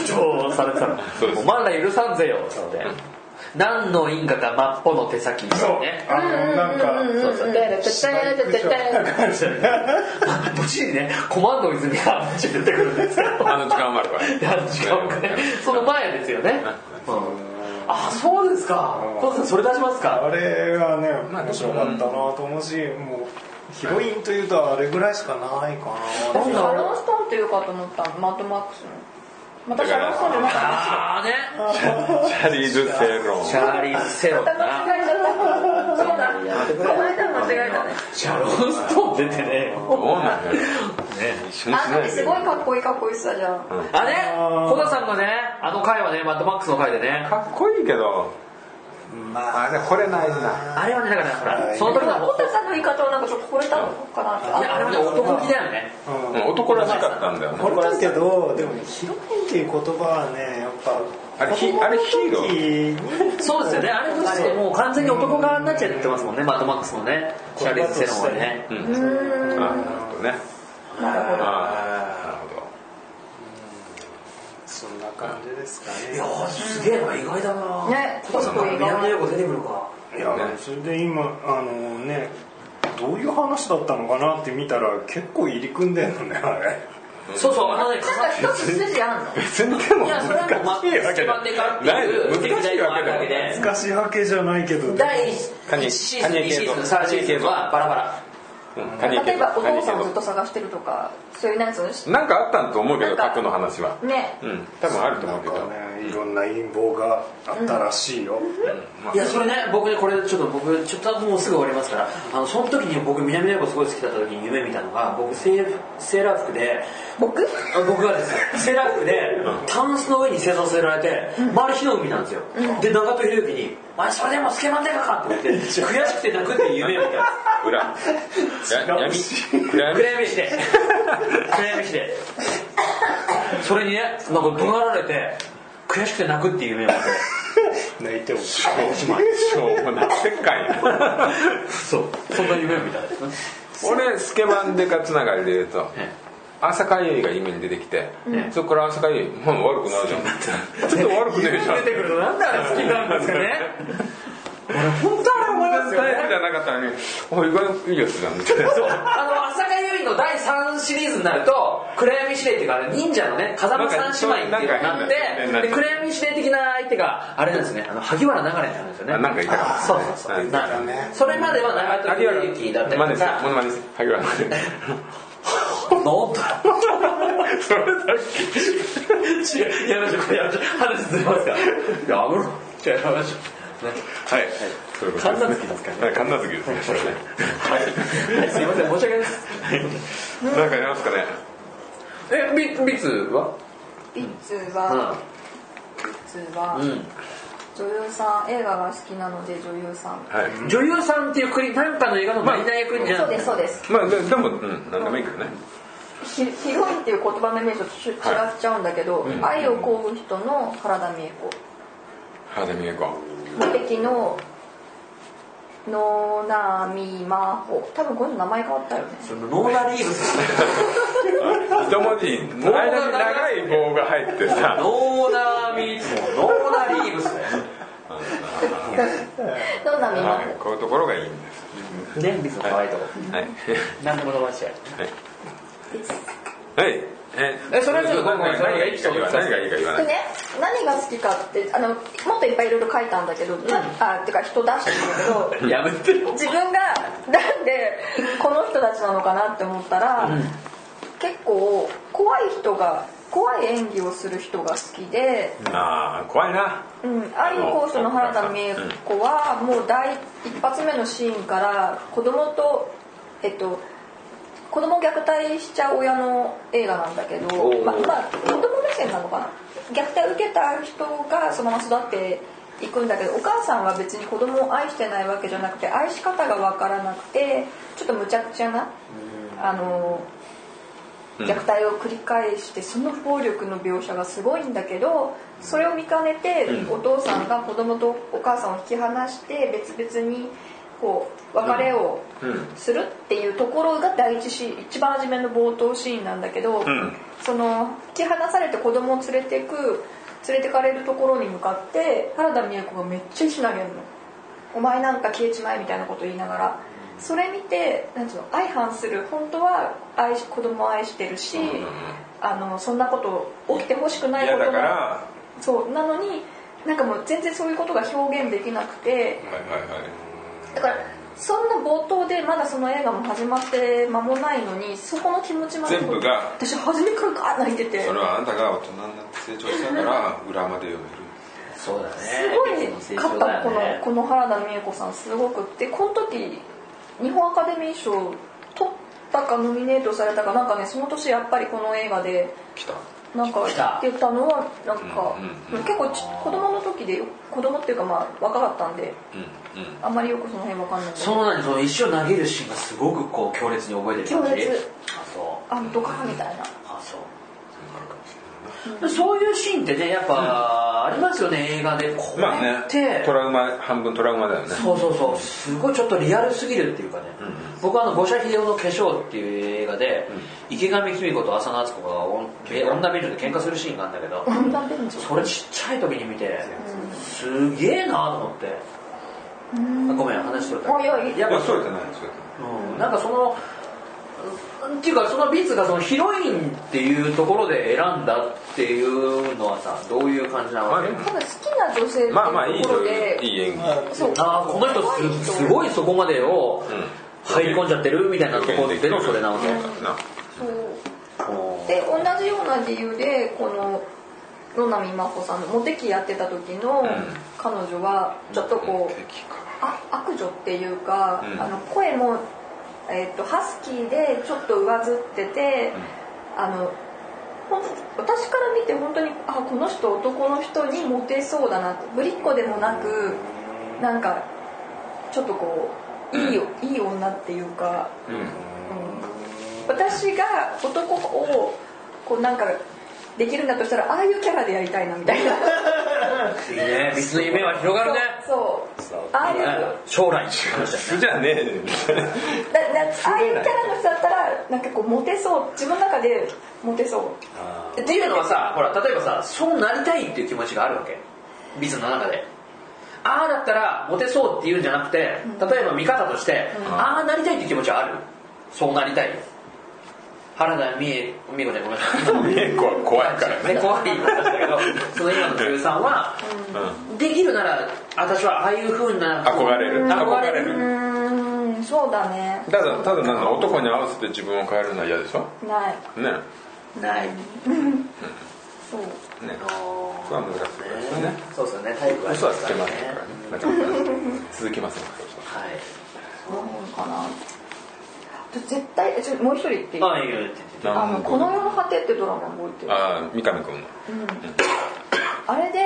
[SPEAKER 3] 強調されてたの
[SPEAKER 1] そうです
[SPEAKER 3] おまんら許さんぜよってので何の因果か真っぽの手先にね
[SPEAKER 4] あのなんか
[SPEAKER 3] そうそうで
[SPEAKER 2] か
[SPEAKER 3] 無事にねコマンド泉が無事に出てくるんですよ
[SPEAKER 1] あの時間丸は
[SPEAKER 3] であの時間がねその前ですよねうんあそうですか父さんそれ出します
[SPEAKER 4] あ
[SPEAKER 3] か
[SPEAKER 4] れはね面白かったなと思うしもうヒロインというとあれぐらいしかないかな
[SPEAKER 3] なんだ
[SPEAKER 2] ハロンストーンというかと思ったのマッドマックスのまた楽しそうでなんか
[SPEAKER 3] ああね
[SPEAKER 1] シャリーズ・セロン
[SPEAKER 3] チャーリーズ・セロン
[SPEAKER 2] 間
[SPEAKER 3] な
[SPEAKER 2] 違えちゃったそうだこの間の間違えたね
[SPEAKER 3] シャロン・ストーン出てね
[SPEAKER 1] どうなんだよ一緒にし
[SPEAKER 2] あ
[SPEAKER 1] ない
[SPEAKER 2] の
[SPEAKER 1] で
[SPEAKER 2] 時すごいかっこいい格好してたじゃん
[SPEAKER 3] あれコダさんがねあの回はねマッドマックスの回でね
[SPEAKER 1] かっこいいけど
[SPEAKER 4] まあ
[SPEAKER 1] あれ惚れないな
[SPEAKER 3] あれはねだからほらその時
[SPEAKER 2] でも
[SPEAKER 3] の
[SPEAKER 2] 小田さんの言い方はなんかちょっと超えたのかなって
[SPEAKER 3] いやあれはね男気だよね
[SPEAKER 4] うん
[SPEAKER 1] うん男らしかったんだよね
[SPEAKER 4] これだけどでもねヒロインっていう言葉はねやっぱ
[SPEAKER 1] あれヒあれヒーロー
[SPEAKER 4] ー
[SPEAKER 3] そうですよねあれとしてもう完全に男側になっちゃってますもんねマッドマックスのねシャーリーズ・セロンはね
[SPEAKER 1] うん
[SPEAKER 2] う
[SPEAKER 1] あ
[SPEAKER 2] ーん
[SPEAKER 1] なるほどね
[SPEAKER 2] なるほど
[SPEAKER 1] あなるほど
[SPEAKER 4] そんな感じですかね
[SPEAKER 3] いやーすげえな意外だな
[SPEAKER 2] ね
[SPEAKER 3] コダさんから宮野陽子出てくるか
[SPEAKER 4] いやそれで今あのねどういう話だったのかなって見たら結構入り組んでんのねあれ
[SPEAKER 3] そうそうあの
[SPEAKER 2] なん
[SPEAKER 3] ね
[SPEAKER 2] か一つ筋あんの
[SPEAKER 1] 別にでも
[SPEAKER 3] いやそれはもうマ
[SPEAKER 1] 難
[SPEAKER 3] ッ
[SPEAKER 1] しい
[SPEAKER 3] ク
[SPEAKER 1] わけ
[SPEAKER 3] ス基
[SPEAKER 1] で
[SPEAKER 3] 盤でかって
[SPEAKER 1] ない
[SPEAKER 3] いう
[SPEAKER 1] 難しいわけでもない
[SPEAKER 3] で
[SPEAKER 4] 難しいわけじゃないけど
[SPEAKER 2] 第
[SPEAKER 1] 谷
[SPEAKER 3] 1シーズン
[SPEAKER 1] 谷
[SPEAKER 3] 2
[SPEAKER 1] 井
[SPEAKER 3] シ
[SPEAKER 1] 圭
[SPEAKER 3] ー
[SPEAKER 1] 三
[SPEAKER 3] ズン3シーズンはバラバラ
[SPEAKER 1] うん谷井
[SPEAKER 2] 例
[SPEAKER 1] 圭
[SPEAKER 2] え
[SPEAKER 1] 三
[SPEAKER 2] ばお父さんをず
[SPEAKER 1] 谷
[SPEAKER 2] っ
[SPEAKER 1] 井
[SPEAKER 2] と探してるとかそういうなんつうの
[SPEAKER 1] 圭三なんかあったんと思うけ
[SPEAKER 2] な
[SPEAKER 1] ど
[SPEAKER 2] んか
[SPEAKER 1] 過去の話は
[SPEAKER 2] ね
[SPEAKER 1] うん多分あると
[SPEAKER 4] な
[SPEAKER 1] 思
[SPEAKER 4] ん
[SPEAKER 1] うけど
[SPEAKER 4] かねいろんな陰謀があったらしいよ、
[SPEAKER 3] いやそれね僕ねこれちょっと僕ちょっともうすぐ終わりますからあのその時に僕南の子すごい好きだった時に夢見たのが僕セーフセーラー服で
[SPEAKER 2] 僕
[SPEAKER 3] あ僕がですよセーラー服でタンスの上に正座させられて周り火の海なんですよで長門秀之に「お前それでもスケバンデカか!」 って言って悔しくて泣くっていう夢を見 たんです
[SPEAKER 1] 裏や闇闇
[SPEAKER 3] 暗闇して 暗闇してそれにねなんか怒鳴られて悔しくて泣くっていう夢を見て
[SPEAKER 4] 泣いてもし
[SPEAKER 1] しょうもない世界 や
[SPEAKER 3] そうそんな夢を見たんですね
[SPEAKER 1] 俺スケバンデカつながりで言うと
[SPEAKER 3] え
[SPEAKER 1] 朝香ゆいが夢に出てきて、
[SPEAKER 3] ん
[SPEAKER 1] そこから朝香ゆいもう悪くなるじゃん ちょっと悪くねえじゃん
[SPEAKER 3] 出てくるとなんであれ好きなんですかね俺本当あれ思いますよ
[SPEAKER 1] タイプ
[SPEAKER 3] ね
[SPEAKER 1] じゃなかったのにあ意外といいやつだみたいな
[SPEAKER 3] そうあの朝香ゆいの第3シリーズになると暗闇指令っていうかあれ忍者のね風間三姉妹っていうのがあ
[SPEAKER 1] なんかなん
[SPEAKER 3] って
[SPEAKER 1] か
[SPEAKER 3] で暗闇指令的な相手があれなんですねあの萩原流れってあるんですよね
[SPEAKER 1] あなんかいたかも
[SPEAKER 3] そうそうそう、
[SPEAKER 1] はい
[SPEAKER 3] なんかそれまでは長
[SPEAKER 1] 萩
[SPEAKER 3] 門
[SPEAKER 1] 原
[SPEAKER 3] 秀之だった
[SPEAKER 1] マネ
[SPEAKER 3] り
[SPEAKER 1] し
[SPEAKER 3] と
[SPEAKER 1] て
[SPEAKER 3] か
[SPEAKER 1] モノマネして萩原マ ネ
[SPEAKER 3] なんだよ
[SPEAKER 1] それだ
[SPEAKER 3] 違うやめましょうこれやめましょう話ずれますからやめろじゃあやめましょうね
[SPEAKER 1] けはいそういうこと
[SPEAKER 3] 神奈月ですかね
[SPEAKER 1] はい神奈月ですねそれね
[SPEAKER 3] はいすいません申し訳ないです
[SPEAKER 1] なんかありますかね
[SPEAKER 3] えビビッツは
[SPEAKER 2] ビッツはビッツは
[SPEAKER 3] ん
[SPEAKER 2] 女優さん映画が好きなので女優さん
[SPEAKER 1] はい
[SPEAKER 3] 女優さんっていうくりなんかの映画のマリナ役じゃん
[SPEAKER 2] そうですそうです
[SPEAKER 1] まあででもうん何でもいいけどね
[SPEAKER 2] ヒヒロインっていう言葉のイメージとちょっと違っちゃうんだけど愛を乞う人の体見え子
[SPEAKER 1] 原田美恵子
[SPEAKER 2] 無敵の野波真帆多分この名前変わったよね
[SPEAKER 3] そのノーラリーブス
[SPEAKER 1] 一文字の間に長い棒が入ってさ
[SPEAKER 3] ノーラミノーラリーブスだよ
[SPEAKER 2] 野波真
[SPEAKER 1] はいこういうところがいいんで
[SPEAKER 3] ねビッツの可愛いとこ
[SPEAKER 1] すはい
[SPEAKER 3] 何でも伸ばして
[SPEAKER 2] 帆です
[SPEAKER 1] はいえ
[SPEAKER 3] えそれはちょっとごめ
[SPEAKER 1] 何
[SPEAKER 3] んごめん
[SPEAKER 1] がいいか言わない何がいいか言わな
[SPEAKER 2] で
[SPEAKER 1] い
[SPEAKER 2] ね何が好きかってあのもっといっぱいいろいろ書いたんだけど、なあてか人出してるんだけど
[SPEAKER 3] やめてよ
[SPEAKER 2] 自分がなんでこの人たちなのかなって思ったら、結構怖い人が怖い演技をする人が好きで、
[SPEAKER 1] ああ怖いな
[SPEAKER 2] うん、愛の講師の原田美恵子はもう第一発目のシーンから子供とえっと子供を虐待しちゃう親の映画なんだけど、まあ、まあ子供目線なのかな虐待受けた人がそのまま育っていくんだけどお母さんは別に子供を愛してないわけじゃなくて愛し方が分からなくてちょっとむちゃくちゃなあの虐待を繰り返してその暴力の描写がすごいんだけどそれを見かねてお父さんが子供とお母さんを引き離して別々にこう別れをするっていうところが第一シーン一番初めの冒頭シーンなんだけど
[SPEAKER 1] ん
[SPEAKER 2] その引き離されて子供を連れてく連れてかれるところに向かって原田美恵子がめっちゃ石投げるの。お前なんか消えちまえみたいなこと言いながらそれ見てなんつうの相反する本当は愛し子供を愛してるし、あのそんなこと起きてほしくないこ
[SPEAKER 1] 嫌だ
[SPEAKER 2] とも
[SPEAKER 1] からは
[SPEAKER 2] そうなのになんかもう全然そういうことが表現できなくて
[SPEAKER 1] いはいはい
[SPEAKER 2] だからそんな冒頭でまだその映画も始まって間もないのにそこの気持ちまで
[SPEAKER 1] 全部が
[SPEAKER 2] 私初めからガーッ泣いてて
[SPEAKER 1] それはあんたが大人になって成長したから裏まで読める
[SPEAKER 3] そうだね
[SPEAKER 2] すごい勝った、このこの原田美恵子さんすごくってこの時日本アカデミー賞取ったかノミネートされたかなんかねその年やっぱりこの映画で
[SPEAKER 1] 来た
[SPEAKER 2] なんか
[SPEAKER 3] 来た
[SPEAKER 2] 言ったのはなんか
[SPEAKER 1] うんうんうん
[SPEAKER 2] 結構ち子供の時でよ子供っていうかまあ若かったんで
[SPEAKER 1] うんうん
[SPEAKER 2] あんまりよくその辺わかんないけ
[SPEAKER 3] そ
[SPEAKER 2] ど
[SPEAKER 3] の何その石を投げるシーンがすごくこう強烈に覚えてる感じ
[SPEAKER 2] 強烈
[SPEAKER 3] あそう
[SPEAKER 2] あんとかみたいな
[SPEAKER 3] あそうそういうシーンってねやっぱありますよね映画でこう
[SPEAKER 1] まあね
[SPEAKER 3] やって、
[SPEAKER 1] トラウマ半分トラウマだよね
[SPEAKER 3] そうそうそうすごいちょっとリアルすぎるっていうかね、僕はあの五社秀夫の化粧っていう映画で、池上公子と浅野敦子がおんえ女ビルで喧嘩するシーンがあるんだけど
[SPEAKER 2] 温暖便所
[SPEAKER 3] それちっちゃい時に見て、すげえなと思って、あごめん話しとれた
[SPEAKER 2] あいやいい
[SPEAKER 3] やっ
[SPEAKER 1] いや
[SPEAKER 3] ぱ
[SPEAKER 1] そうじゃないそうじゃない
[SPEAKER 3] うんなんかそのうんっていうかそのビーツがそのヒロインっていうところで選んだっていうのはさどういう感じなわけ、
[SPEAKER 2] 多分好きな女性っていう
[SPEAKER 1] まあまあいい
[SPEAKER 2] ところ
[SPEAKER 1] 女
[SPEAKER 2] で
[SPEAKER 1] 優いい演技
[SPEAKER 4] まあ
[SPEAKER 2] そう
[SPEAKER 3] あーこの人すすごいそこまでを入り込んじゃってるみたいなところでのそれなわけ
[SPEAKER 1] そうだな
[SPEAKER 2] そうで同じような理由でこの野波真帆さんのモテ期やってた時の彼女はちょっとこう
[SPEAKER 1] 敵か
[SPEAKER 2] あ悪女っていうか、
[SPEAKER 1] うん
[SPEAKER 2] あの声も、えー、とハスキーでちょっと上ずってて、あのほん私から見て本当にあこの人男の人にモテそうだなってぶりっ子でもなくなんかちょっとこういい,、いい女っていうか。私が男をこうなんかできるんだとしたらああいうキャラでやりたいなみたいな
[SPEAKER 3] いいねビスの夢は広がるね
[SPEAKER 2] そうそうああいうだだ
[SPEAKER 3] 将来の話だよね
[SPEAKER 1] 素じゃねえみたいな
[SPEAKER 2] ああいうキャラの人だったらなんかこうモテそう自分の中でモテそう
[SPEAKER 3] っていうのはさほら例えばさそうなりたいっていう気持ちがあるわけビズの中でああだったらモテそうっていうんじゃなくて例えば見方として、ああなりたいっていう気持ちはあるそうなりたい原田美恵美恵子じゃごめんなさい
[SPEAKER 1] 結構怖いからね
[SPEAKER 3] ね怖い話だけどその今の女優さんは、できるなら私はああいう風な
[SPEAKER 1] 憧れる
[SPEAKER 3] 憧れ
[SPEAKER 2] う
[SPEAKER 3] る
[SPEAKER 2] ーんそうだね
[SPEAKER 1] ただただなんか男に合わせて自分を変えるのは嫌でしょ
[SPEAKER 2] ない
[SPEAKER 1] ね
[SPEAKER 3] ない
[SPEAKER 2] そう
[SPEAKER 1] ねそれは難しいですよね
[SPEAKER 3] そうですよね体育はあり
[SPEAKER 1] 嘘は
[SPEAKER 3] ます
[SPEAKER 1] つ
[SPEAKER 3] か
[SPEAKER 1] け
[SPEAKER 3] ら
[SPEAKER 1] ま
[SPEAKER 3] ね
[SPEAKER 1] せんからねなかなかね続きませんからそう
[SPEAKER 3] はい
[SPEAKER 2] そうかな絶対えちょもう一人言っていい
[SPEAKER 3] まあいいよって言って
[SPEAKER 1] そう
[SPEAKER 2] あのこの世の果てってドラマ覚えてる
[SPEAKER 1] ああ三上君の
[SPEAKER 2] あれで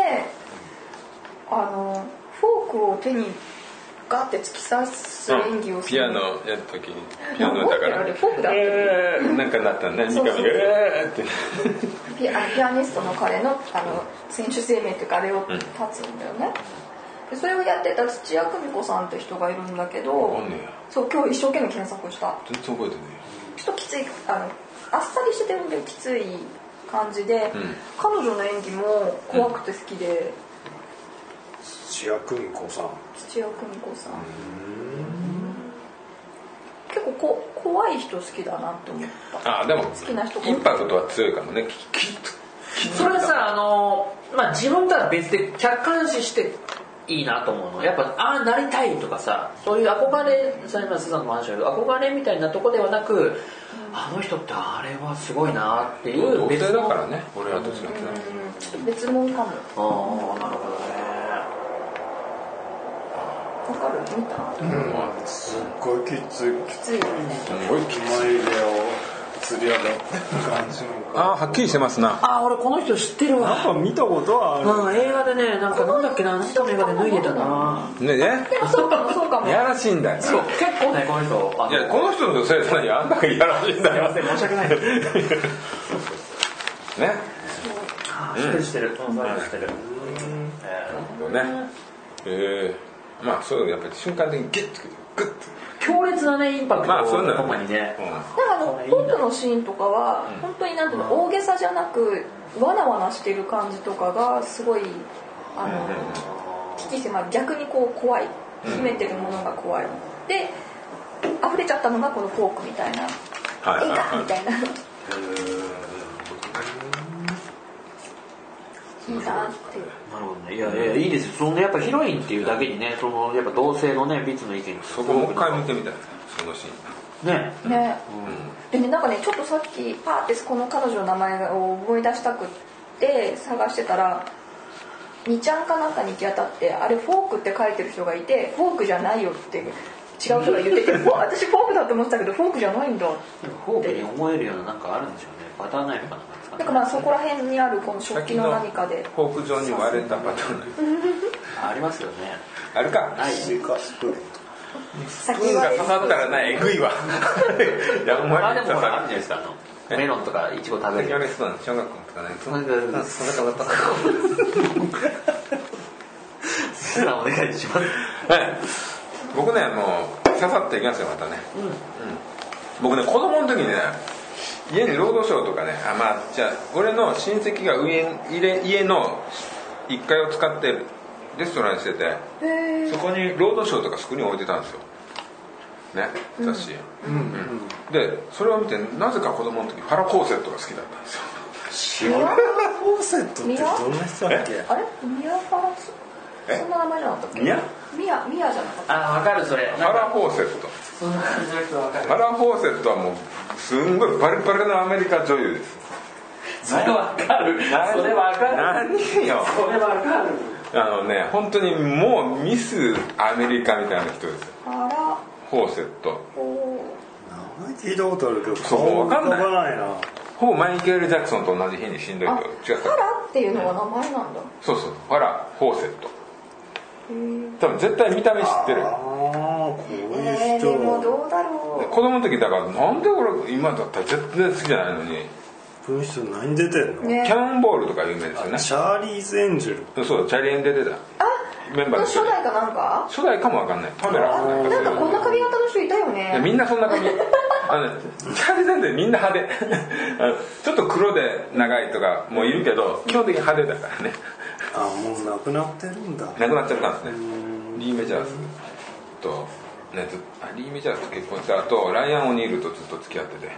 [SPEAKER 2] あのフォークを手にガーって突き刺す演技をす
[SPEAKER 1] ピ
[SPEAKER 2] る、
[SPEAKER 1] アノやるときにピアノだか
[SPEAKER 2] あ
[SPEAKER 1] ら
[SPEAKER 2] れフォークだって
[SPEAKER 1] えーなんかなったね三上が
[SPEAKER 2] そうそう
[SPEAKER 1] えーって
[SPEAKER 2] ピアピアニストの彼のあの選手生命っていうかあれを立つんだよね、でそれをやってた土屋久美子さんって人がいるんだけど
[SPEAKER 1] わかんねえや
[SPEAKER 2] そう今日一生懸命検索した
[SPEAKER 1] 全然覚えてね
[SPEAKER 2] ちょっときついあのあっさりしててもきつい感じで、
[SPEAKER 1] ん
[SPEAKER 2] 彼女の演技も怖くて好きで、
[SPEAKER 4] 土屋久美子さん
[SPEAKER 2] 土屋久美子さん結構こ怖い人好きだなって思った
[SPEAKER 1] ああでも
[SPEAKER 2] 好きな人
[SPEAKER 1] インパクトは強いかもねききっと
[SPEAKER 3] それはさあの、まあ、自分とは別で客観視していいなと思うのやっぱああなりたいとかさそういう憧れさ今スーさんのも話だけど憧れみたいなとこではなくあの人ってあれはすごいなっていう
[SPEAKER 1] 同性だ
[SPEAKER 3] の
[SPEAKER 1] からね俺らと違ってね
[SPEAKER 2] ちょっと別物かも
[SPEAKER 3] ああなるほどね
[SPEAKER 2] わかる見た
[SPEAKER 4] すっごいきつい
[SPEAKER 2] きついよね
[SPEAKER 1] すごいき
[SPEAKER 4] 眉毛を釣り上げた感じの
[SPEAKER 1] ああはっきりしてますな
[SPEAKER 3] ああ俺この人知ってる
[SPEAKER 4] なん
[SPEAKER 3] わ
[SPEAKER 4] か見たことはある
[SPEAKER 3] うん映画でねなんかなんだっけな何の映画で脱いでたな
[SPEAKER 1] ねね
[SPEAKER 2] でもそうかもそうかも
[SPEAKER 1] いやらしいんだよ
[SPEAKER 3] そう結構ねこの人あ
[SPEAKER 1] い
[SPEAKER 3] の
[SPEAKER 1] やこの人のせいじゃないよあんたがいやらしいんだよ
[SPEAKER 3] すいません申し訳ない
[SPEAKER 1] ね
[SPEAKER 3] あー知ってる知ってるうん知ってる
[SPEAKER 1] ねえー、まあそういうのやっぱり瞬間的にギュッとグッと
[SPEAKER 3] 強烈なねインパク
[SPEAKER 1] まあ
[SPEAKER 3] ト
[SPEAKER 1] そういうの
[SPEAKER 3] とともにね
[SPEAKER 2] なんかあの今度のシーンとかは本当になんていうの大げさじゃなくわなわなしてる感じとかがすごいあの危機迫る逆にこう怖い秘めてるものが怖いで溢れちゃったのがこのフォークみたいな
[SPEAKER 1] はいはい
[SPEAKER 2] いい
[SPEAKER 1] は
[SPEAKER 2] か
[SPEAKER 1] い
[SPEAKER 2] みたいないいなっていう
[SPEAKER 5] なるほどねいやいやいいですよそのねやっぱヒロインっていうだけにねそのやっぱ同性のねビツの意見
[SPEAKER 1] そこもう一回見てみたいそのシーン
[SPEAKER 5] ね
[SPEAKER 2] ね、でねなんかねちょっとさっきパーってこの彼女の名前を思い出したくって探してたら2ちゃんかなんかに行き当たってあれフォークって書いてる人がいてフォークじゃないよって違う人が言って てフォー私フォークだと思ってたけどフォークじゃないんだ
[SPEAKER 5] フォークに思えるようななんかあるんでしょうねバターナイフかなんかですか
[SPEAKER 2] だ
[SPEAKER 5] ね
[SPEAKER 2] からそこら辺にあるこの食器の何かで
[SPEAKER 1] フォーク状に割れたパターンのや
[SPEAKER 5] あありますよね
[SPEAKER 1] つあるか
[SPEAKER 5] ない
[SPEAKER 4] スイカスプーン
[SPEAKER 2] 先
[SPEAKER 1] 運が
[SPEAKER 2] は
[SPEAKER 1] 刺さったらなえぐいわいやお
[SPEAKER 5] あ
[SPEAKER 1] 前
[SPEAKER 5] で
[SPEAKER 1] め
[SPEAKER 5] も
[SPEAKER 1] っちゃ
[SPEAKER 5] ほらあるんじゃ
[SPEAKER 1] さ
[SPEAKER 5] ないですかあのメロンとかイチゴ食べ
[SPEAKER 1] 最
[SPEAKER 5] る
[SPEAKER 1] 近あれそうなん小学校とかね
[SPEAKER 5] なんか
[SPEAKER 1] そんな変わった
[SPEAKER 5] すらお願いします
[SPEAKER 1] はい 僕ねもう刺さっていきますよまたね、うん僕ね子供の時にね家に労働省とかねあまあじゃあ俺の親戚が家家家の1階を使ってレストランにしててそこに労働省とかそこに置いてたんですよね雑誌、でそれを見てなぜか子供の時ファラコーセットが好きだったんですよ
[SPEAKER 4] シオラフォーセットってどんな人だっけ
[SPEAKER 2] あれミヤファラス
[SPEAKER 1] え
[SPEAKER 2] そんな名前じゃなかったっけ
[SPEAKER 1] ミヤ
[SPEAKER 2] ミヤミヤじゃなかった
[SPEAKER 5] あ分かるそれ
[SPEAKER 1] ファラフォーセット
[SPEAKER 5] そんな感じの人分かる
[SPEAKER 1] ファラフォーセットはもうすんごいバリバリのアメリカ女優です
[SPEAKER 5] それ分かるそれ分かる
[SPEAKER 1] 何よ
[SPEAKER 5] それ分かる
[SPEAKER 1] あのね本当にもうミスアメリカみたいな人ですよ
[SPEAKER 2] あら
[SPEAKER 1] フォーセット
[SPEAKER 2] こ
[SPEAKER 4] 名前聞いたことあるけど
[SPEAKER 1] そうわ
[SPEAKER 4] 顔
[SPEAKER 1] かんない
[SPEAKER 4] 浮ばないな
[SPEAKER 1] ほぼマイケル・ジャクソンと同じ日に死んど
[SPEAKER 2] う
[SPEAKER 1] い
[SPEAKER 2] あ
[SPEAKER 1] て違っ
[SPEAKER 2] フ
[SPEAKER 1] た
[SPEAKER 2] ァラっていうのが名前なんだ
[SPEAKER 1] そうそうファラ・フォーセット多分絶対見た目知ってる
[SPEAKER 4] ああこうい
[SPEAKER 2] え
[SPEAKER 4] う
[SPEAKER 2] ー、で
[SPEAKER 4] 人
[SPEAKER 2] もどうだろ
[SPEAKER 1] 子供の時だからなんで俺今だったら全然好きじゃないのに
[SPEAKER 4] この人何出てんの、
[SPEAKER 2] うね
[SPEAKER 1] キャンボールとか有名です
[SPEAKER 4] シ
[SPEAKER 1] よ
[SPEAKER 4] ャーリーズ・エンジェル
[SPEAKER 1] ねそうチャリエン出てた
[SPEAKER 2] あ
[SPEAKER 1] メンバーの一人
[SPEAKER 2] 初代かなんか
[SPEAKER 1] 初代かもわかんないパメラかなんか
[SPEAKER 2] なん
[SPEAKER 1] そういう
[SPEAKER 2] かこんな髪型の人いたよ
[SPEAKER 1] いやみ
[SPEAKER 2] ね
[SPEAKER 1] んなそんな髪あのねチャーリーズなんてみんな派手あのちょっと黒で長いとかもいるけど基本的に派手だからね
[SPEAKER 4] あもう亡くなってるんだ
[SPEAKER 1] 亡くなっちゃったんですねリー・メジャースと、ね、ずあリー・メジャースと結婚した後ライアン・オニールとずっと付き合ってて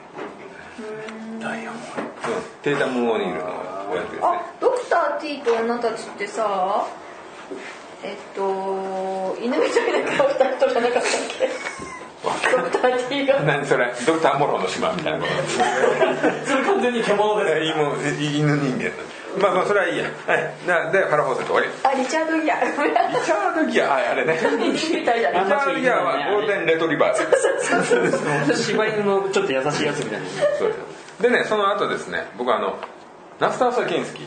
[SPEAKER 1] ライアン・オニール、うん、テータム・オニールの親父ですね
[SPEAKER 2] あドクター T と女たちってさえっと犬みたいな顔した人じゃなかったっけドクター T が
[SPEAKER 1] 何それドクター・モロの島みたいなこと
[SPEAKER 5] それ完全に獣です
[SPEAKER 1] えもうえ犬人間まあまあそれはいいやはいなでファラ・ホーセット終わり
[SPEAKER 2] あリチャードギア ごめんな
[SPEAKER 1] リチャード・ギアああれね
[SPEAKER 2] さい犬みたいじゃ
[SPEAKER 1] リチャ
[SPEAKER 2] ない
[SPEAKER 1] ード・ギアはゴールデン・レトリバーです
[SPEAKER 5] 柴犬のちょっと優しいやつみたいな
[SPEAKER 1] そうですでねその後ですね僕はあのナスター・サキンスキー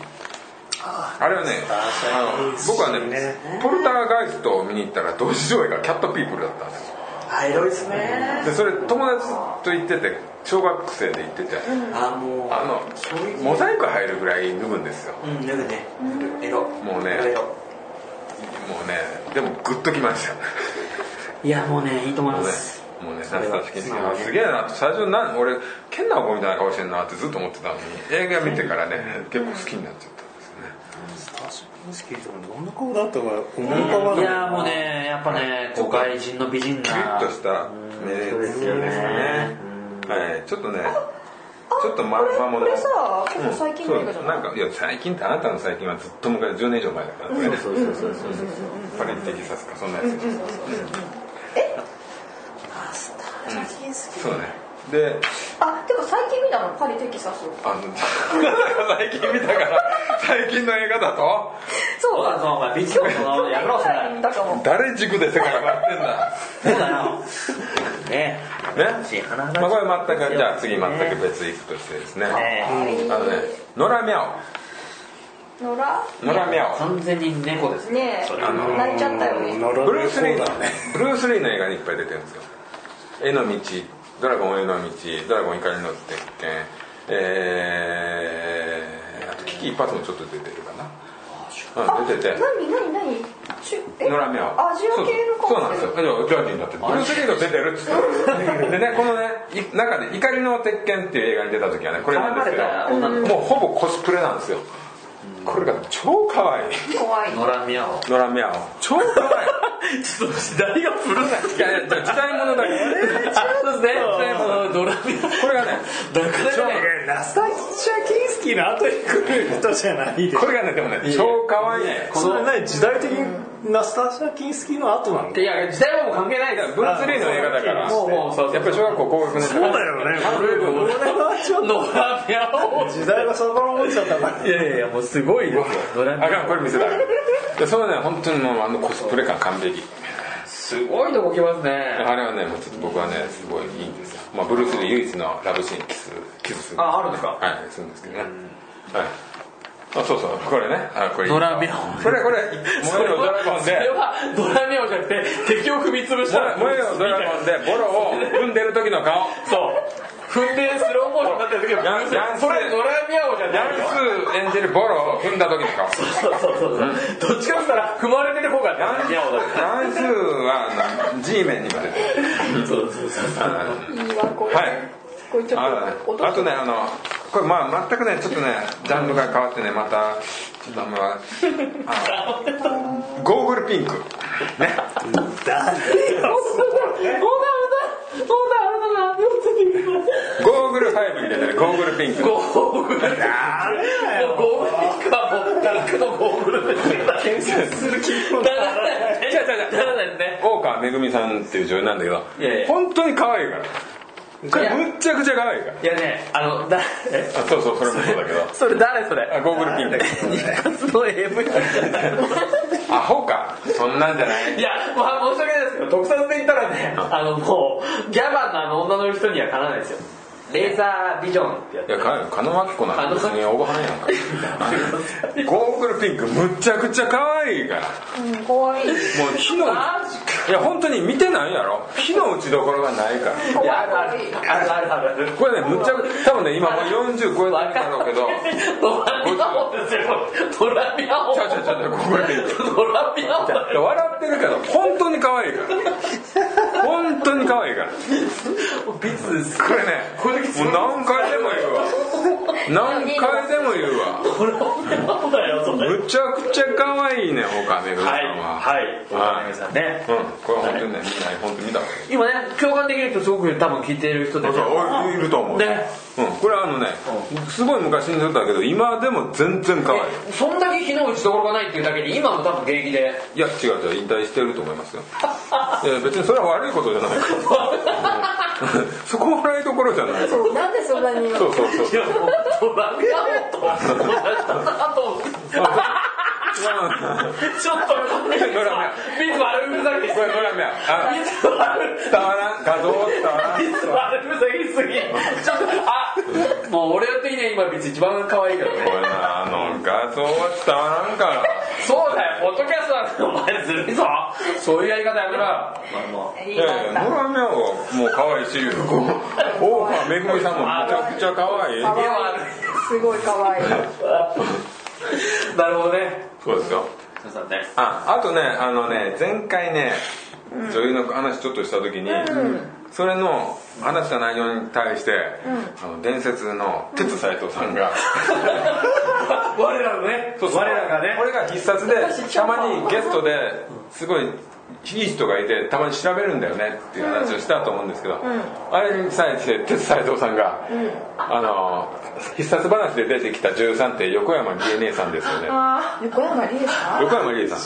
[SPEAKER 1] あれはねあの僕はねポルターガイストを見に行ったら同時上映がキャットピープルだったんですよ
[SPEAKER 5] あエロいっすね
[SPEAKER 1] でそれ友達と行ってて小学生で行ってて
[SPEAKER 5] あもう
[SPEAKER 1] あのモザイク入るぐらい脱ぐんですよ
[SPEAKER 5] うん脱ぐねエロ
[SPEAKER 1] もうね
[SPEAKER 5] エロ
[SPEAKER 1] もうねでもグッときました
[SPEAKER 5] いやもうねいいと思い
[SPEAKER 1] もう
[SPEAKER 5] ま
[SPEAKER 1] ね
[SPEAKER 5] す
[SPEAKER 1] もうねナスター・サキンスキーはすげえなと最初なん俺変な子みたいな顔してんなってずっと思ってたのに映画見てからね結構好きになっちゃったんですね
[SPEAKER 4] ナシプンスキーとかどんな顔だったか思い浮かばない
[SPEAKER 5] いやもうねやっぱね都会人の美人な
[SPEAKER 1] キリッとした目ですよねはいちょっとねちょっとま
[SPEAKER 2] これ
[SPEAKER 1] 魔物
[SPEAKER 2] これさ結構最近の映画じゃ
[SPEAKER 1] うん
[SPEAKER 2] ない
[SPEAKER 1] そうなんかいや最近ってあなたの最近はずっと昔10年以上前だからこれねそうそうそうそうパリテキサスかそんなやつ
[SPEAKER 2] ナスタージンスキー
[SPEAKER 1] そうねで
[SPEAKER 2] あでも最近見たのパリテキサス
[SPEAKER 1] あの 最近見たから最近の映画だと
[SPEAKER 2] そ
[SPEAKER 5] そううだぞお前美人のやめろそれ
[SPEAKER 2] だかも
[SPEAKER 1] 誰軸で世界回ってんだ
[SPEAKER 5] そうだよね
[SPEAKER 1] ねまあこれ全くじゃあ次全く別行くとしてですね
[SPEAKER 5] ね
[SPEAKER 1] あのね野良ミャ
[SPEAKER 2] 野良
[SPEAKER 1] オ野良ミャオ
[SPEAKER 5] 完全に猫ですね
[SPEAKER 2] ね
[SPEAKER 5] それ
[SPEAKER 2] え泣いちゃったよね
[SPEAKER 1] ブルース・リーのブルース・リーの映画にいっぱい出てるんですよ「絵の道」「ドラゴン絵の道」「ドラゴン怒りの鉄拳」えー、あと危機一髪もちょっと出てるかな、うん、出てて
[SPEAKER 2] 何何何ちゅえ
[SPEAKER 1] 野良目を
[SPEAKER 2] アジア系
[SPEAKER 1] そ
[SPEAKER 2] の
[SPEAKER 1] うそう
[SPEAKER 2] 顔
[SPEAKER 1] なんですよ
[SPEAKER 2] して
[SPEAKER 1] ジョージになってるブルース・リーが出てるっつってでねこのねい中で「怒りの鉄拳」っていう映画に出た時はねこれなんですけど
[SPEAKER 5] 絡まれた女の
[SPEAKER 1] もうほぼコスプレなんですよこれが超可愛い
[SPEAKER 2] る怖い
[SPEAKER 5] 野良ミャオ
[SPEAKER 1] 野良目を超可愛い
[SPEAKER 5] ちょっと時代が古ない
[SPEAKER 1] いやいやじゃあ期待物だけど
[SPEAKER 5] そうですね。ドラミ
[SPEAKER 1] これがね
[SPEAKER 5] だから
[SPEAKER 4] ナスター・シャキンスキーの後に来る人じゃないで
[SPEAKER 1] これがねでもね超可愛いね
[SPEAKER 4] それね時代的なスタシャキンスキーの後なんだ
[SPEAKER 3] いや時代はもう関係ないです
[SPEAKER 1] 文通類の映画だから
[SPEAKER 3] もうもうそう
[SPEAKER 1] やっぱり小学校高学年
[SPEAKER 4] そうだよねこれ俺はちょっ
[SPEAKER 3] ノラミャを
[SPEAKER 4] と時代がそのまま落ちちゃったから
[SPEAKER 3] いやいやもうすごいですよドラミ
[SPEAKER 1] あかんこれ見せたらでそれはね本当にもうあのコスプレ感完璧
[SPEAKER 3] すごいとこ来ますね
[SPEAKER 1] あれはねもうちょっと僕はねすごいいいんですよ、まあ、ブルース・リー唯一のラブシーンキスキスするんです
[SPEAKER 3] ああるんですか
[SPEAKER 1] はいするんですけどねはいあそうそうこれねあこれ
[SPEAKER 3] ドラメオ
[SPEAKER 1] これこれ「燃えよドラゴン
[SPEAKER 3] そ
[SPEAKER 1] で」
[SPEAKER 3] れはドラメオじゃなくて敵を踏み潰
[SPEAKER 1] 「
[SPEAKER 3] した
[SPEAKER 1] 燃えよドラゴン」でボロを踏んでる時の顔
[SPEAKER 3] そう踏んでスローモーションになってる時の
[SPEAKER 1] ヤンヤンス
[SPEAKER 3] それドラミャオじゃ
[SPEAKER 1] ヤ
[SPEAKER 3] ないよ
[SPEAKER 1] ンス演じるボロを踏んだ時の顔
[SPEAKER 3] そうそうそうそうどっちかっつったら踏まれてる方がドラミャオだ
[SPEAKER 1] ヤンスはあの G メンにまで
[SPEAKER 3] そうそうそう
[SPEAKER 1] あの
[SPEAKER 2] いいわこれ、
[SPEAKER 1] はい
[SPEAKER 2] これちょ
[SPEAKER 1] あ
[SPEAKER 2] っと音
[SPEAKER 1] あとねあのこれまあ全くねちょっとねジャンルが変わってねまたちょっとあんまあのゴーグルピンクねゴーグル5に出てるゴーグルピンク
[SPEAKER 3] ゴーグルもうゴーグルピックはもうダックのゴーグルピックだ検索する気分ならない違う違う違うならないですね
[SPEAKER 1] 大川めぐみさんっていう女優なんだけど
[SPEAKER 3] いやいや
[SPEAKER 1] 本当に可愛いからこ
[SPEAKER 3] い
[SPEAKER 1] れ
[SPEAKER 3] や
[SPEAKER 1] むっちゃくちゃ可愛いから
[SPEAKER 3] いやねあのだえ
[SPEAKER 1] あそうそうそれもそうだけど
[SPEAKER 3] それ誰それ
[SPEAKER 1] あゴーグルピン
[SPEAKER 3] 日活の AV じゃない
[SPEAKER 1] クアホかそんなんじゃない
[SPEAKER 3] いや、まあ、申し訳ないですけど特撮で言ったらねあのもうギャバンなあの女の人にはかなわないですよレーザービジョンってや
[SPEAKER 1] いや、か狩野真紀子なんか別におばはんやんかゴーグルピンクむっちゃくちゃ可愛いから
[SPEAKER 2] うん怖い
[SPEAKER 1] もう火の
[SPEAKER 3] マジ
[SPEAKER 1] いや本当に見てないやろ火の打ちどころがないから
[SPEAKER 3] ついやあるあるあるあるあるある
[SPEAKER 1] これねむっちゃく多分ね今もう40超えてるんだろうけど
[SPEAKER 3] ドラミアホですよドラミアホ
[SPEAKER 1] ちゃうちゃうちゃうゴーグルピンク
[SPEAKER 3] ドラミアホ
[SPEAKER 1] いや笑ってるけど本当に可愛いから本当に可愛いから
[SPEAKER 3] ビツです
[SPEAKER 1] これねもう何回でも言うわ何回でも言うわ
[SPEAKER 3] ドラミアホだよそれ
[SPEAKER 1] むちゃくちゃ可愛いね岡めぐみさん
[SPEAKER 3] はい
[SPEAKER 1] は
[SPEAKER 3] はいドラミアホさんね
[SPEAKER 1] うん、これ本当にね、みんな本当に見た方がいい。
[SPEAKER 3] 今ね共感できる人すごく多分聞いてる人で
[SPEAKER 1] そう、いると思う。
[SPEAKER 3] ね
[SPEAKER 1] うん、これあのね、すごい昔に撮ったけど、今でも全然可愛い。
[SPEAKER 3] そんだけ昨日打ちどころがないっていうだけで今も多分現役で
[SPEAKER 1] いや、違う違う、引退してると思いますよ。いや、別にそれは悪いことじゃないから。そこは笑いど ころじゃない。
[SPEAKER 2] そうなんでそんなに
[SPEAKER 1] そうそうそう。
[SPEAKER 3] やもうドラミアホと同じだなと思ってちょっと
[SPEAKER 1] ドラミア
[SPEAKER 3] ビツ悪ふざけ
[SPEAKER 1] これ、これ、みや、あ、
[SPEAKER 3] ビツ悪
[SPEAKER 1] 伝わらん、画像伝わらん。
[SPEAKER 3] ビツ悪ふざけすぎちょっとあもう俺的には今ビツ一番可愛いけどね
[SPEAKER 1] これな、あの、画像は伝わらんから。
[SPEAKER 3] そうだよポッドキャストなんてお前ずるいぞそういうやり方やめろよ
[SPEAKER 2] い
[SPEAKER 1] い
[SPEAKER 2] い
[SPEAKER 1] や
[SPEAKER 2] わ
[SPEAKER 1] いや、野良みやはもう可愛いし、こう大川めぐみさんもむちゃくちゃ可愛い。
[SPEAKER 2] 可愛い
[SPEAKER 3] 家はある
[SPEAKER 2] すごい可 愛い
[SPEAKER 3] なるほどね
[SPEAKER 1] そうですよ。
[SPEAKER 3] 皆さんね
[SPEAKER 1] ああとねあのね前回ね女優の話ちょっとした時に、それの話した内容に対して、あの伝説の鉄斎藤さんが、
[SPEAKER 3] 我らのね
[SPEAKER 1] そうそう
[SPEAKER 3] 我らがね
[SPEAKER 1] これが必殺でたまにゲストですごいいい人がいてたまに調べるんだよねっていう話をしたと思うんですけど、あれに際して鉄斎藤さんが、あの必殺話で出てきた13って横山理恵姉さんですよね
[SPEAKER 2] あー横山理恵さん
[SPEAKER 1] 横山理恵 さん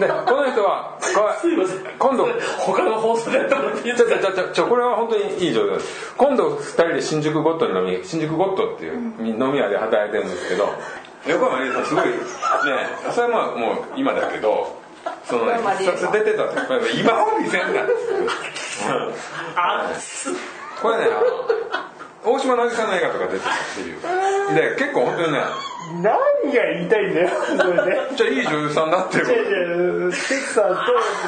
[SPEAKER 1] でこの人はこ
[SPEAKER 3] すいません
[SPEAKER 1] 今度
[SPEAKER 3] 他の放送でやってもらっていい
[SPEAKER 1] ちょちょちょちょちょこれは本当にいい状況です今度2人で新宿ゴッドに飲み新宿ゴッドっていう飲み屋で働いてるんですけど横山理恵さんすごいねそれはもうもう今だけどそのね
[SPEAKER 2] 横山理恵
[SPEAKER 1] 必
[SPEAKER 2] さん
[SPEAKER 1] 殺出てた時今を見せんな
[SPEAKER 3] あ
[SPEAKER 1] これねあの大島渚の映画とか出てたっていうで結構本当にね
[SPEAKER 4] 何が言いたいんだよそれで
[SPEAKER 1] じゃあいい女優さんだっていう
[SPEAKER 4] 違う違うテツさん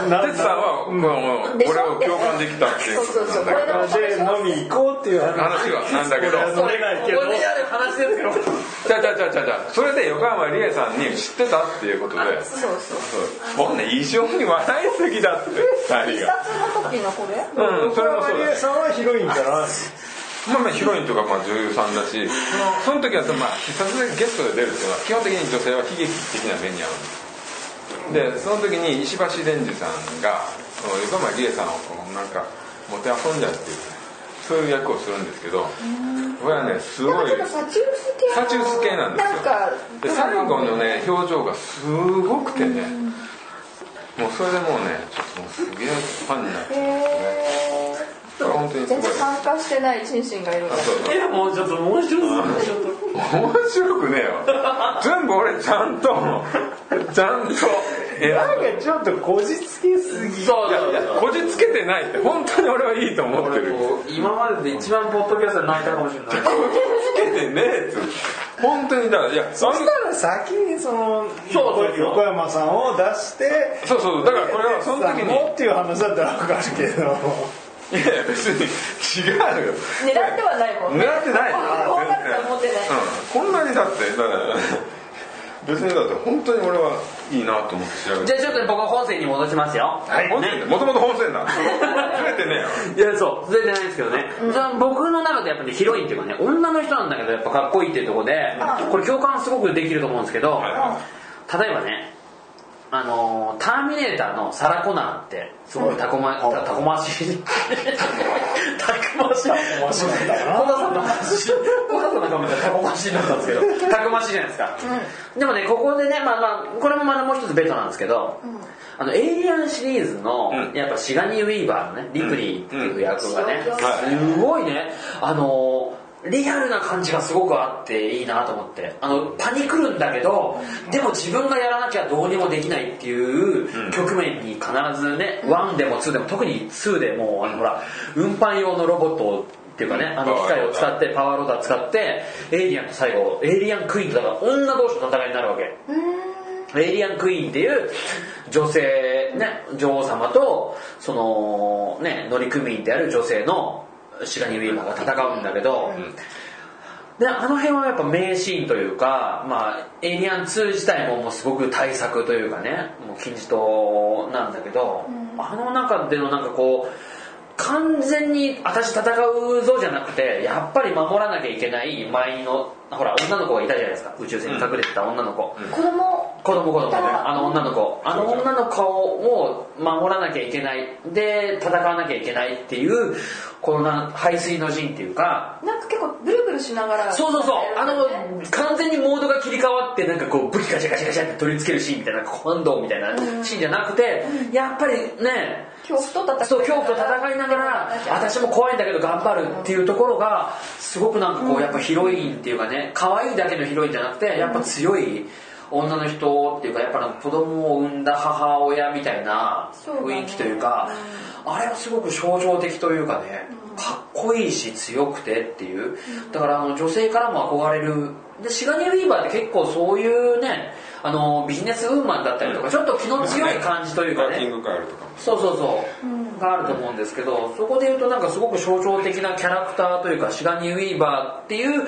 [SPEAKER 4] とな
[SPEAKER 1] 哲さんは、もう
[SPEAKER 2] でしょ
[SPEAKER 1] 俺を共感できたっていう
[SPEAKER 2] そうそう
[SPEAKER 1] こ
[SPEAKER 2] そ
[SPEAKER 1] と
[SPEAKER 2] うこ
[SPEAKER 1] なんだ
[SPEAKER 2] れ
[SPEAKER 1] けど
[SPEAKER 2] でも
[SPEAKER 4] で飲み行こうっていう話
[SPEAKER 1] 話はなんだけど
[SPEAKER 4] それないけど
[SPEAKER 3] これでやる話ですよ
[SPEAKER 1] じゃあじゃあじゃあじゃあじゃあそれで横山理恵さんに知ってたっていうことで
[SPEAKER 2] そうそう
[SPEAKER 1] もうね異常に笑いすぎだって二人
[SPEAKER 2] 視
[SPEAKER 1] が
[SPEAKER 2] 察の時のこれ
[SPEAKER 1] うんそれもそうだよ
[SPEAKER 4] さんはヒロインかな
[SPEAKER 1] まあまあヒロインとかまあ女優さんだしその時はそのまあ必殺でゲストで出るっていうのは基本的に女性は悲劇的な目に遭うんですでその時に石橋蓮司さんがその横山理恵さんをこうなんかもてあそんじゃうっていうそういう役をするんですけど僕はねす
[SPEAKER 2] な
[SPEAKER 1] ご
[SPEAKER 2] ん
[SPEAKER 1] い
[SPEAKER 2] かちょっとサチュウス系
[SPEAKER 1] サチュウス系なん
[SPEAKER 2] の
[SPEAKER 1] ですよ
[SPEAKER 2] なんか
[SPEAKER 1] で最後のね表情がすごくてねもうそれでもうねちょっともうすげえファンになって
[SPEAKER 2] へえ
[SPEAKER 1] これ本当にすご
[SPEAKER 2] 全
[SPEAKER 1] い
[SPEAKER 2] 然参加してないチンシンがいるんだ
[SPEAKER 1] あそう
[SPEAKER 3] いやもうちょっと面白そうちょっと
[SPEAKER 1] 面白くねえわ全部俺ちゃんとちゃんと選
[SPEAKER 4] なん
[SPEAKER 1] ぶ
[SPEAKER 4] かちょっとこじつけすぎ
[SPEAKER 3] そう
[SPEAKER 1] いや
[SPEAKER 3] そう
[SPEAKER 1] いやこじつけてないって本当に俺はいいと思ってるこ
[SPEAKER 3] 今までで一番ポッドキャストで泣いたかもしれない
[SPEAKER 1] じつけてねえっつうの本当にだからいやそ
[SPEAKER 4] そしたら先にその
[SPEAKER 3] そうそうそう
[SPEAKER 4] 横山さんを出して
[SPEAKER 1] そうそうだからこれはその時に
[SPEAKER 4] もっていう話だったら分かるけど
[SPEAKER 1] いやいや別に違うよ
[SPEAKER 2] 狙ってはないもんね
[SPEAKER 1] 狙ってないよ
[SPEAKER 2] こうなると思ってない
[SPEAKER 1] うん、こんなにだってだから別にだって本当に俺はいいなと思って調べ
[SPEAKER 3] じ
[SPEAKER 1] て
[SPEAKER 3] ゃあちょっと僕は本線に戻しますよ
[SPEAKER 1] はい本線もともと本線だずれてねえよ
[SPEAKER 3] いやそう全然ないですけどね、その僕の中でやっぱりヒロインっていうかね女の人なんだけどやっぱかっこいいっていうところでこれ共感すごくできると思うんですけど、
[SPEAKER 1] はいは
[SPEAKER 3] 例えばねあのーターミネーターのサラ・コナーってすごいたこま、たたこましい たこましい
[SPEAKER 4] 面白かった
[SPEAKER 3] 小
[SPEAKER 4] な
[SPEAKER 3] 田さんの話小田さんのコメントはたこましいだったんですけどたくましいじゃないですか、でもねここでねまあまあこれもまだもう一つベッドなんですけど、あのエイリアンシリーズの、
[SPEAKER 1] うん
[SPEAKER 3] やっぱシガニー・ウィーバーのねリプリーっていう役がね、
[SPEAKER 1] う
[SPEAKER 3] すごいねあのリアルな感じがすごくあっていいなと思ってあのパニクるんだけどでも自分がやらなきゃどうにもできないっていう局面に必ずね1でも2でも特に2でもうあのほら運搬用のロボットをっていうかね、あの機械を使ってパワーローダー使ってエイリアンと最後エイリアンクイーンとだから女同士の戦いになるわけエイリアンクイーンっていう女性、ね、女王様とその、ね、乗組員である女性のシガニー・ウィーバーが戦うんだけど、であの辺はやっぱ名シーンというか、まあ、エイリアン2自体ももうすごく大作というかねもう金字塔なんだけど、あの中でのなんかこう完全に私戦うぞじゃなくてやっぱり守らなきゃいけない前のほら女の子がいたじゃないですか宇宙船に隠れてた女の子、
[SPEAKER 2] 子供
[SPEAKER 3] 子供子供あの女の子あの女の子を守らなきゃいけないで戦わなきゃいけないっていうこのな排水の陣っていうか
[SPEAKER 2] なんか結構ブルブルしながら
[SPEAKER 3] そうそうそうあの
[SPEAKER 2] ね
[SPEAKER 3] 完全にモードが切り替わってなんかこう武器ガチャガチャガチャって取り付けるシーンみたいなコマンドみたいなシーンじゃなくてやっぱりね
[SPEAKER 2] 恐怖と戦い
[SPEAKER 3] そう恐怖と戦いながら私も怖いんだけど頑張るっていうところがすごくなんかこうやっぱヒロインっていうかね可愛いだけのヒロインじゃなくてやっぱ強い女の人っていうかやっぱなんか子供を産んだ母親みたいな雰囲気というかあれはすごく象徴的というかねかっこいいし強くてっていうだからあの女性からも憧れるでシガニー・ウィーバーって結構そういうねあのビジネスウーマンだったりとかちょっと気の強い感じというか
[SPEAKER 1] ラ
[SPEAKER 3] ね
[SPEAKER 1] ンキングがあるとかも
[SPEAKER 3] そうそうそう、があると思うんですけどそこで言うとなんかすごく象徴的なキャラクターというかシガニー・ウィーバーっていう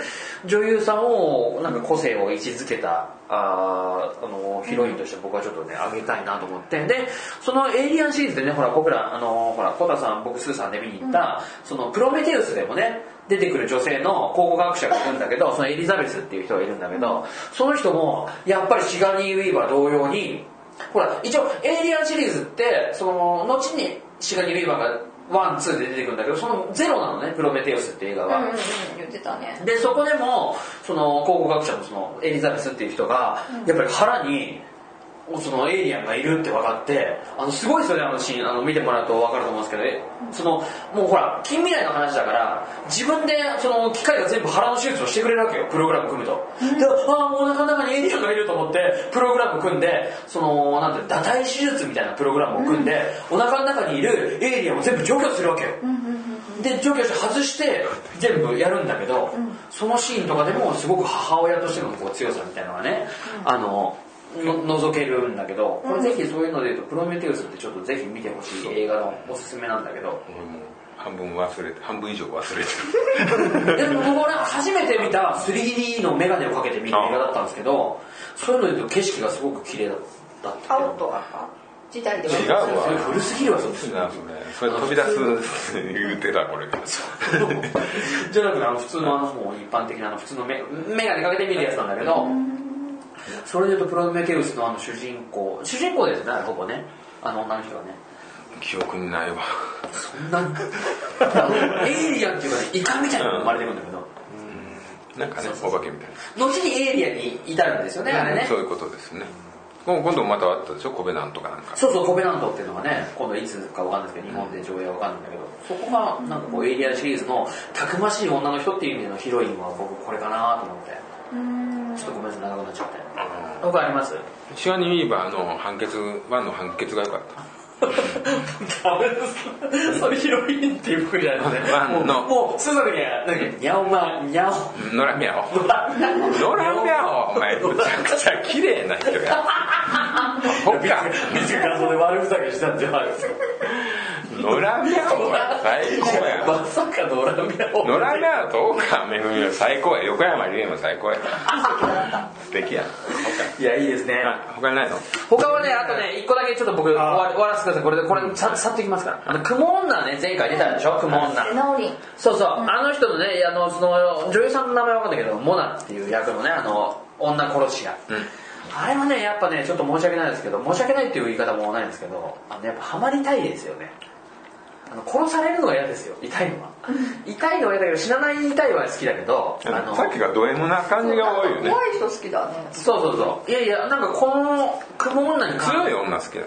[SPEAKER 3] 女優さんをなんか個性を位置づけたあーあのヒロインとして僕はちょっとねあげたいなと思ってでそのエイリアンシリーズでねほら僕らあのほらコタさん僕スーさんで見に行った、そのプロメテウスでもね出てくる女性の考古学者がいるんだけどそのエリザベスっていう人がいるんだけどその人もやっぱりシガニー・ウィーバー同様にほら一応エイリアンシリーズってその後にシガニー・ウィーバーがワンツーで出てくるんだけどそのゼロなのねプロメテウスっていう映画
[SPEAKER 2] うん
[SPEAKER 3] は、
[SPEAKER 2] うんうん言ってたね
[SPEAKER 3] でそこでもその考古学者のそのエリザベスっていう人がやっぱり腹にそのエイリアンがいるって分かってあのすごいですよねあのシーンあの見てもらうと分かると思うんですけどえそのもうほら近未来の話だから自分でその機械が全部腹の手術をしてくれるわけよプログラム組むと、でああもうお腹の中にエイリアンがいると思ってプログラム組んでそのなんていうの堕胎手術みたいなプログラムを組んで、お腹の中にいるエイリアンを全部除去するわけよ、で除去して外して全部やるんだけど、そのシーンとかでもすごく母親としてのこう強さみたいなのがね、あのの覗けるんだけどこれぜひそういうので言うと「プロメテウス」ってちょっとぜひ見てほしい映画のおすすめなんだけど
[SPEAKER 1] 俺もう半分忘れて半分以上忘れて
[SPEAKER 3] でも僕はね初めて見た 3D の眼鏡をかけて見る映画だったんですけどそういうので言うと景色がすごく綺麗だったっていう
[SPEAKER 2] 青と赤時代では
[SPEAKER 1] る違うわ
[SPEAKER 3] それ古すぎるわそっち
[SPEAKER 1] 違うわそれそれ飛び出す言うてたこれ
[SPEAKER 3] じゃなくてあの普通のあのもう一般的なあの普通のメメガネかけて見るやつなんだけどそれで言うとプロメテウスのあの主人公主人公ですねほぼねあの女の人がね
[SPEAKER 1] 記憶にないわ
[SPEAKER 3] そんなに あのエイリアンっていうかねイカみたいなのが生まれてくるんだけど
[SPEAKER 1] なんかねお化けみたい
[SPEAKER 3] 後にエイリアンに至るんですよねあ
[SPEAKER 1] な、
[SPEAKER 3] れね
[SPEAKER 1] そういうことですね今今度またあったでしょコベナンとかなんか
[SPEAKER 3] そうそうコベナントっていうのがね今度いつかわかんないですけど日本で上映はわかんないんだけどそこがなんかこうエイリアンシリーズのたくましい女の人っていう意味でのヒロインは僕これかなと思ってちょっとごめんなさい長くなっちゃって他あります
[SPEAKER 1] シワニ・ウィーバーの判決ワンの判決が良かった
[SPEAKER 3] ダメです。それヒロインっていうふうじゃないですね。
[SPEAKER 1] ワ
[SPEAKER 3] も
[SPEAKER 1] ン
[SPEAKER 3] う、
[SPEAKER 1] の
[SPEAKER 3] もうすぐに、なんか、にゃおま、にゃ お。
[SPEAKER 1] 野良ミャオ野良ミャオお前むちゃくちゃ綺麗な人やほっか
[SPEAKER 3] 短い感 想で悪ふざけしたんじゃないですか。
[SPEAKER 1] 野良ミャオは最高や
[SPEAKER 3] まさかのラミアを。
[SPEAKER 1] 野良ミャオと岡めぐみは最高や横山理恵も最高や素敵や
[SPEAKER 3] いや、いいですね。
[SPEAKER 1] 他にないの
[SPEAKER 3] 他はね、あとね、一個だけちょっと僕、終わ終わらせてください。これで、これ、ささっといきますから。あの、雲女ね、前回出たでしょ、雲女。
[SPEAKER 2] ナオリン
[SPEAKER 3] そうそう、あの人のね、あの、その、女優さんの名前わかんないけど、モナっていう役のね、あの、女殺しが。あれはね、やっぱね、ちょっと申し訳ないですけど、申し訳ないっていう言い方もないんですけど、あの、やっぱハマりたいですよね。あの、殺されるのが嫌ですよ、痛いのは。痛いのは嫌だけど、死なない痛いは好きだけど、あの、
[SPEAKER 1] さっきがド M な感じが多いよね
[SPEAKER 2] 怖い人好きだね
[SPEAKER 3] そうそうそう。いやいや、なんかこの、雲女に関
[SPEAKER 1] 強い女好きだね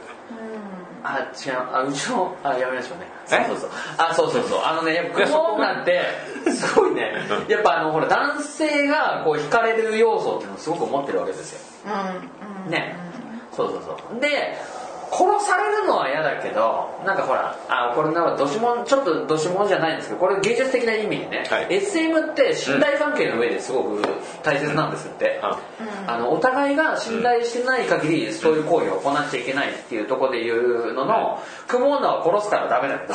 [SPEAKER 3] あ、違う、あ、うちの、あ、やめましょうね。
[SPEAKER 1] え
[SPEAKER 3] そうそうそう。あ、そうそうそう。あのね、やっぱ、
[SPEAKER 1] いやそ
[SPEAKER 3] 雲
[SPEAKER 1] こが
[SPEAKER 3] 女って、すごいね、やっぱあの、ほら、男性が、こう、惹かれる要素っていうのをすごく持ってるわけですよ。
[SPEAKER 2] うんうん
[SPEAKER 3] ね。そうそうそう。で、殺されるのは嫌だけど、なんかほら、あ、これなんか、どしもん、ちょっとどしもんじゃないんですけど、これ芸術的な意味でね、
[SPEAKER 1] はい
[SPEAKER 3] SM って信頼関係の上ですごく大切なんですって。あの、お互いが信頼してない限り、そういう行為を行っちゃいけないっていうところで言うのの、雲女は殺すからダメだけ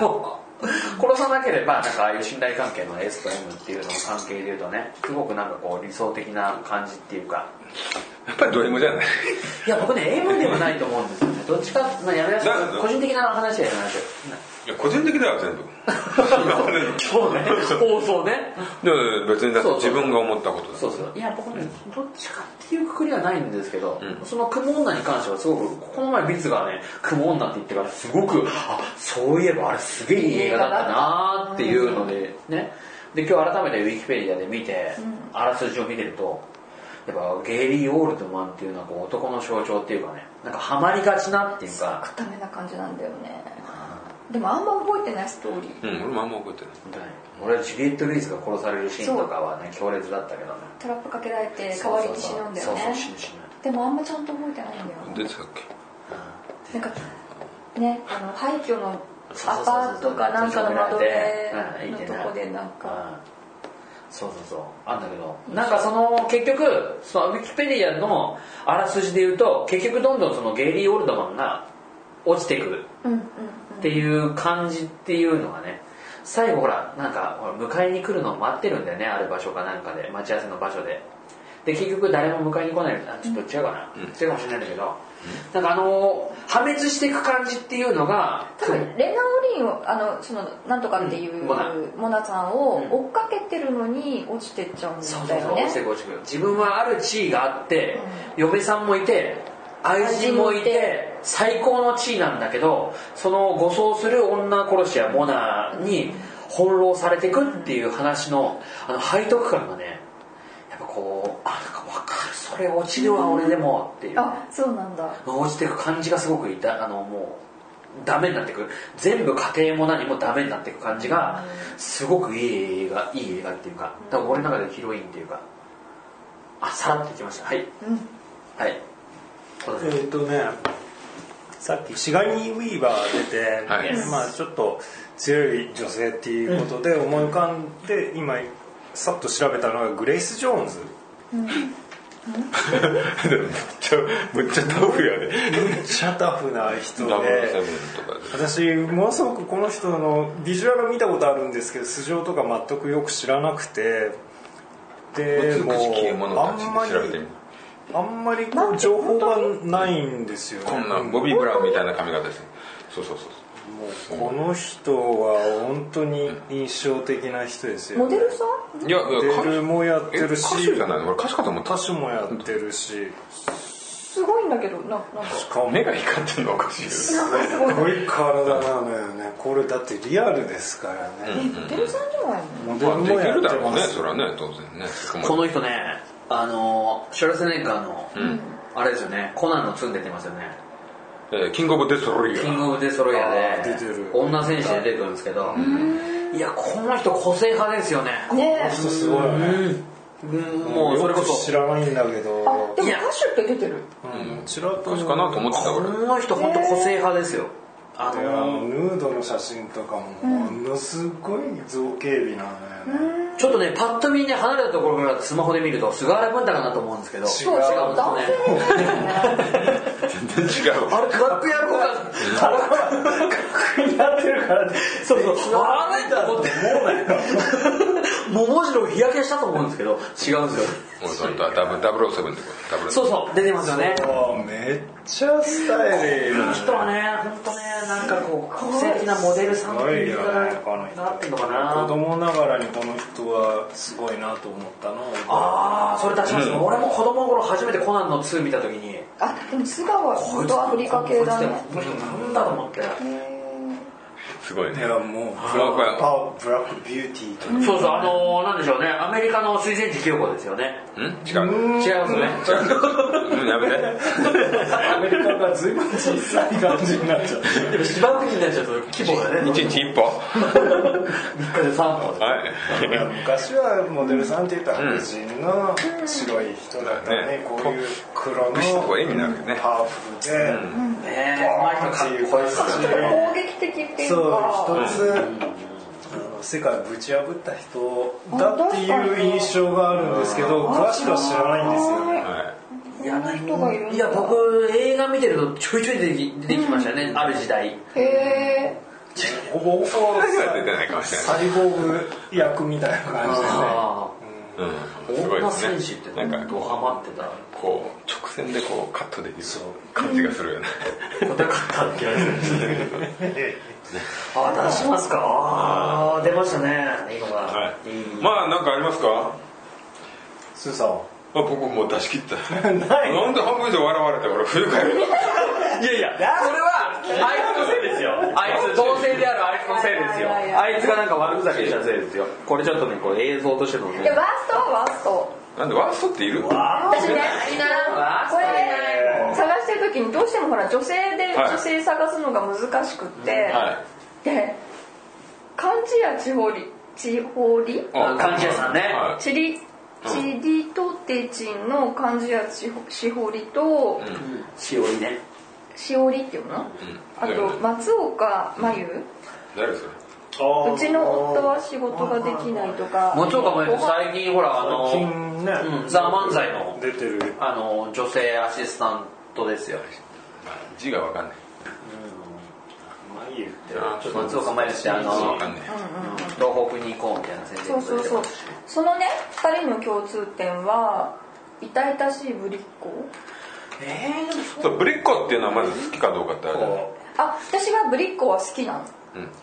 [SPEAKER 3] ど、殺さなければ、なんかああいう信頼関係の S と M っていうのの関係で言うとね、すごくなんかこう理想的な感じっていうか、
[SPEAKER 1] やっぱりド M じゃない
[SPEAKER 3] いや僕ね M ではないと思うんですよねどっちか、まあ、やめ
[SPEAKER 1] な
[SPEAKER 3] な
[SPEAKER 1] ん
[SPEAKER 3] さ
[SPEAKER 1] で
[SPEAKER 3] い個人的な話はやめなさい
[SPEAKER 1] いや個人的だよ全部
[SPEAKER 3] そうね放送ね
[SPEAKER 1] でも別にだって
[SPEAKER 3] そうそう
[SPEAKER 1] 自分が思ったことだ
[SPEAKER 3] そうそういや僕ねどっちかっていうくくりはないんですけど、
[SPEAKER 1] うん
[SPEAKER 3] その雲女に関してはすごくこの前ビツがね雲女って言ってからすごくあそういえばあれすげえいい映画だったなーっていうのでねで今日改めてウィキペディアで見て、あらすじを見てるとやっぱゲイリー・オールドマンっていうのはこう男の象徴っていうかねなんかハマりがちなっていうか
[SPEAKER 2] くためな感じなんだよねでもあんま覚えてないストーリー
[SPEAKER 1] うん俺もあんま覚えてない
[SPEAKER 3] 俺はジュリエット・ルイスが殺されるシーンとかはね強烈だったけどね
[SPEAKER 2] トラップかけられて代わりに死ぬんだよ
[SPEAKER 3] そうそう
[SPEAKER 2] ね
[SPEAKER 3] 死ぬ死ぬ
[SPEAKER 2] でもあんまちゃんと覚えてないんだよ
[SPEAKER 1] 出てたっけ
[SPEAKER 2] なんかねあの廃墟のアパートかなんかの窓辺のとこでなんか
[SPEAKER 3] そうそうそうあんだけどなんかその結局そのウィキペディアのあらすじで言うと結局どんどんそのゲイリー・オールドマンが落ちてくる
[SPEAKER 2] うんうん
[SPEAKER 3] っていう感じっていうのがね最後ほらなんかほら迎えに来るのを待ってるんだよねある場所かなんかで待ち合わせの場所でで結局誰も迎えに来ないあちょっと違うかな、違うかもしれないんだけど、なんかあの破滅していく感じっていうのが
[SPEAKER 2] 多分レナ・オリンをあのそのなんとかっていう、
[SPEAKER 3] うんモナ
[SPEAKER 2] モナさんを
[SPEAKER 3] うん
[SPEAKER 2] 追っかけてるのに落ちてっちゃうん
[SPEAKER 3] そう
[SPEAKER 2] だ
[SPEAKER 3] そう
[SPEAKER 2] よ
[SPEAKER 3] そう
[SPEAKER 2] ね
[SPEAKER 3] 落ちてく落ちてく自分はある地位があって、嫁さんもいて愛人もい
[SPEAKER 2] 愛人も
[SPEAKER 3] て最高の地位なんだけどその護送する女殺しやモナに翻弄されてくっていう話のあの背徳感がねやっぱこうあなんか分かるそれ落ちるわ俺でもっていう
[SPEAKER 2] あそうなんだ
[SPEAKER 3] 落ちてく感じがすごくいたあのもうダメになってく全部家庭も何もダメになってく感じがすごくいい映画いい映画っていうか多分俺の中でヒロインっていうかあさらっといきましたはい、はいそう
[SPEAKER 4] え
[SPEAKER 3] です
[SPEAKER 4] ーっとねさっきシガニー・ウィーバー出て、
[SPEAKER 1] はい
[SPEAKER 4] まあちょっと強い女性っていうことで思い浮かんで今さっと調べたのがグレイス・ジョーンズ
[SPEAKER 1] でもむっちゃむっちゃタフやで
[SPEAKER 4] めっちゃタフな人
[SPEAKER 1] ダブルセ
[SPEAKER 4] で
[SPEAKER 1] ブンとかで
[SPEAKER 4] 私ものすごくこの人のビジュアルは見たことあるんですけど素性とか全くよく知らなくてで
[SPEAKER 1] 美しき獲物
[SPEAKER 4] あ
[SPEAKER 1] たち
[SPEAKER 4] んま
[SPEAKER 1] で
[SPEAKER 4] り
[SPEAKER 1] 調べてみる
[SPEAKER 4] あんまりこう情報がないんですよね
[SPEAKER 1] こんなボビー・ブラウンみたいな髪型ですねそうそうそう
[SPEAKER 4] この人は本当に印象的な人ですよ、ね、
[SPEAKER 2] モデルさん
[SPEAKER 1] そういやいや
[SPEAKER 4] モデルもやって
[SPEAKER 1] え
[SPEAKER 4] るし
[SPEAKER 1] 歌手じゃないの俺歌手かと思った
[SPEAKER 4] 歌手もやってるし
[SPEAKER 2] すごいいんだけどななんか
[SPEAKER 4] しかも
[SPEAKER 1] 目が光ってるのおかしいよ
[SPEAKER 2] なんかす
[SPEAKER 4] す
[SPEAKER 2] ごい
[SPEAKER 4] ごい体なのよねこれだってリアルですからね、
[SPEAKER 2] モデルさんじゃないの
[SPEAKER 4] モデ
[SPEAKER 1] まあ
[SPEAKER 4] ル
[SPEAKER 1] で
[SPEAKER 4] も
[SPEAKER 1] き
[SPEAKER 4] や
[SPEAKER 1] る
[SPEAKER 4] って
[SPEAKER 1] だろうね
[SPEAKER 4] ます
[SPEAKER 1] それはね当然ねそま
[SPEAKER 3] この人ねあのーシャルセネッガーの、あれですよねコナンのツン出てますよね
[SPEAKER 1] でえーキングオブデストロイヤ
[SPEAKER 3] キン
[SPEAKER 1] ー
[SPEAKER 3] グオブデストロイヤーで
[SPEAKER 4] あー出てる
[SPEAKER 3] 女戦士で出てくるんですけどいやこの人個性派ですよね
[SPEAKER 2] ねえ
[SPEAKER 4] この人すごいよね
[SPEAKER 3] うんもうそれこ
[SPEAKER 4] よく知
[SPEAKER 3] そ
[SPEAKER 4] らないんだけど
[SPEAKER 2] あでも歌手って出てる
[SPEAKER 4] うんちらっと
[SPEAKER 1] 確かなと思ってた
[SPEAKER 3] こ
[SPEAKER 1] 俺
[SPEAKER 3] の人本当個性派ですよあ
[SPEAKER 4] であ
[SPEAKER 3] の
[SPEAKER 4] のヌードの写真とかもものすごい造形美なのよね、
[SPEAKER 3] ーちょっとねパッと見ね離れたところからスマホで見ると菅原文太かなと思うんですけど
[SPEAKER 2] そうちょっと
[SPEAKER 3] です
[SPEAKER 2] 男
[SPEAKER 3] ね
[SPEAKER 2] 性みたいな
[SPEAKER 1] 全然 違う
[SPEAKER 3] あれ学校やる子が
[SPEAKER 4] やってるからね
[SPEAKER 3] そうそうあれと思ってもう文字の日焼けしたと思うんですけど違うんですよ
[SPEAKER 1] もうそれとはダブダブルセブンでダブル
[SPEAKER 3] そうそう出てますよね
[SPEAKER 4] あめっちゃスタイリー
[SPEAKER 3] この人はね本当ねなんかこう個性的なモデル
[SPEAKER 4] す
[SPEAKER 3] さんと
[SPEAKER 4] ごい
[SPEAKER 3] いう
[SPEAKER 4] よ
[SPEAKER 3] か
[SPEAKER 4] ねこの人
[SPEAKER 3] なってんのか
[SPEAKER 4] 子
[SPEAKER 3] な
[SPEAKER 4] 供ながらにこの人はすごいなと思ったの
[SPEAKER 3] ああそれ確かに俺も子供の頃初めてコナンの2見た時に
[SPEAKER 2] あでも素顔は本当アフリカ系だね
[SPEAKER 3] この人なんだと思って
[SPEAKER 2] へー
[SPEAKER 1] すごい
[SPEAKER 4] い
[SPEAKER 1] ね
[SPEAKER 4] やもう
[SPEAKER 1] すごい
[SPEAKER 4] パブラックビューティーと か
[SPEAKER 3] そうそうあのー、なんでしょうねアメリカの水前寺清子ですよね
[SPEAKER 1] うん違う
[SPEAKER 3] 違いますよね
[SPEAKER 1] うんやめて
[SPEAKER 4] アメリカが随分小さい感じになっちゃって
[SPEAKER 3] でも芝生になっちゃうと規模がね
[SPEAKER 1] 一日一歩
[SPEAKER 3] 3日で3本
[SPEAKER 1] はい
[SPEAKER 4] 昔はモデルさんって言ったら白人の白い人だったね、
[SPEAKER 1] うん
[SPEAKER 4] こういう黒の
[SPEAKER 1] ブシッと絵になるよね
[SPEAKER 4] ハーフで、
[SPEAKER 3] ねえ
[SPEAKER 4] ボ
[SPEAKER 3] こ
[SPEAKER 4] ーン
[SPEAKER 3] の人
[SPEAKER 4] っていう
[SPEAKER 3] かっこいい
[SPEAKER 4] 感
[SPEAKER 3] っすよね
[SPEAKER 2] ちょっと攻撃
[SPEAKER 4] じで
[SPEAKER 2] 的っていう
[SPEAKER 4] そう
[SPEAKER 2] か
[SPEAKER 4] 一つ、あの世界をぶち破った人だっていう印象があるんですけど詳しくは知らないんですよね
[SPEAKER 1] はい
[SPEAKER 2] ろんな人がいるんだ
[SPEAKER 3] いや僕映画見てるとちょいちょい出てき出てきましたよね、ある時代
[SPEAKER 2] へえ
[SPEAKER 4] ほぼほぼ
[SPEAKER 1] いは出てないかもしれない
[SPEAKER 4] サイボーグ役みたいな感じでね
[SPEAKER 3] ああ
[SPEAKER 1] うんすごい
[SPEAKER 3] 女
[SPEAKER 1] です
[SPEAKER 3] 戦
[SPEAKER 1] ね
[SPEAKER 3] 士って
[SPEAKER 1] な
[SPEAKER 3] なん
[SPEAKER 1] か
[SPEAKER 3] んかドハマってた
[SPEAKER 1] こう直線でこうカットできる感じがするよね
[SPEAKER 3] 答え方って言われてるんですけどあ出しますかああ出ましたねいいのが、
[SPEAKER 1] はい
[SPEAKER 3] いい
[SPEAKER 1] まあなんかありますか
[SPEAKER 4] スーさんは
[SPEAKER 1] あ僕もう出し切った
[SPEAKER 4] ない
[SPEAKER 1] なんで半分以上笑われて俺冬帰る
[SPEAKER 3] いやいや、それは、あいつのせいですよ。あいつ、同性であるあいつのせいですよ。
[SPEAKER 2] いやいやいや
[SPEAKER 3] あいつがなんか悪ふざけしたせいですよ。これちょっとね、これ映像としての
[SPEAKER 2] いや
[SPEAKER 3] ね。
[SPEAKER 2] ワーストはワースト
[SPEAKER 1] なんでワーストっている
[SPEAKER 2] 私ね
[SPEAKER 3] いないわ
[SPEAKER 2] これ探してる時にどうしてもほら女性で
[SPEAKER 1] はい
[SPEAKER 2] 女性探すのが難しくって、
[SPEAKER 1] はい
[SPEAKER 2] で漢字や地方り地方り
[SPEAKER 3] あ貫地谷さんね
[SPEAKER 1] は
[SPEAKER 2] 地理地理とてちんの漢字や地方しほりと、
[SPEAKER 3] しおりね。
[SPEAKER 2] しおりっていうの、あ
[SPEAKER 1] だよ
[SPEAKER 2] と
[SPEAKER 1] ね
[SPEAKER 2] 松岡真由、
[SPEAKER 1] い誰それ
[SPEAKER 2] うちの夫は仕事ができないとか
[SPEAKER 3] もうちょっと前に
[SPEAKER 2] ご飯
[SPEAKER 3] 最近ほら、あの、
[SPEAKER 4] 最近ね、
[SPEAKER 3] うんザ漫才の
[SPEAKER 4] 出てる
[SPEAKER 3] あの、女性アシスタントですよ。
[SPEAKER 1] 字がわかんない
[SPEAKER 4] 眉
[SPEAKER 3] ちょっと松岡茉優ってあ
[SPEAKER 1] 字がわ
[SPEAKER 3] の
[SPEAKER 1] か、んない
[SPEAKER 3] 東北に行こうみたいな先生
[SPEAKER 2] そうそうそうそのね2人の共通点は痛々しいぶりっ子
[SPEAKER 3] えー、でもそう
[SPEAKER 1] そうブリッコっていうのはまず好きかどうかってあれだね
[SPEAKER 2] あ私はぶりっ子は好きなの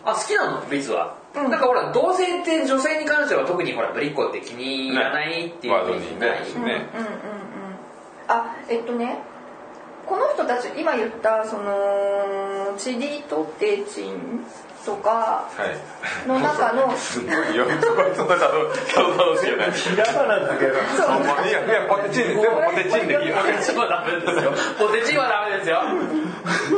[SPEAKER 3] あ、好きなのビズは。
[SPEAKER 2] うん
[SPEAKER 3] なんかほら、同性って女性に関しては特にほら、ブリッコって気に入らないっていう
[SPEAKER 1] ワード
[SPEAKER 3] イメージ
[SPEAKER 1] に
[SPEAKER 3] ない
[SPEAKER 1] ねね
[SPEAKER 2] うんうんうんあえっとねこの人たち今言ったそのチリとテチンとか
[SPEAKER 1] はい
[SPEAKER 2] の中の
[SPEAKER 1] すごいよすごいそんな楽しいよね
[SPEAKER 4] ひらがなだけど
[SPEAKER 1] いやいやポテチンででもポテチンでいいよ
[SPEAKER 3] ポテチはダ メですよ。ポテチはダメですよ。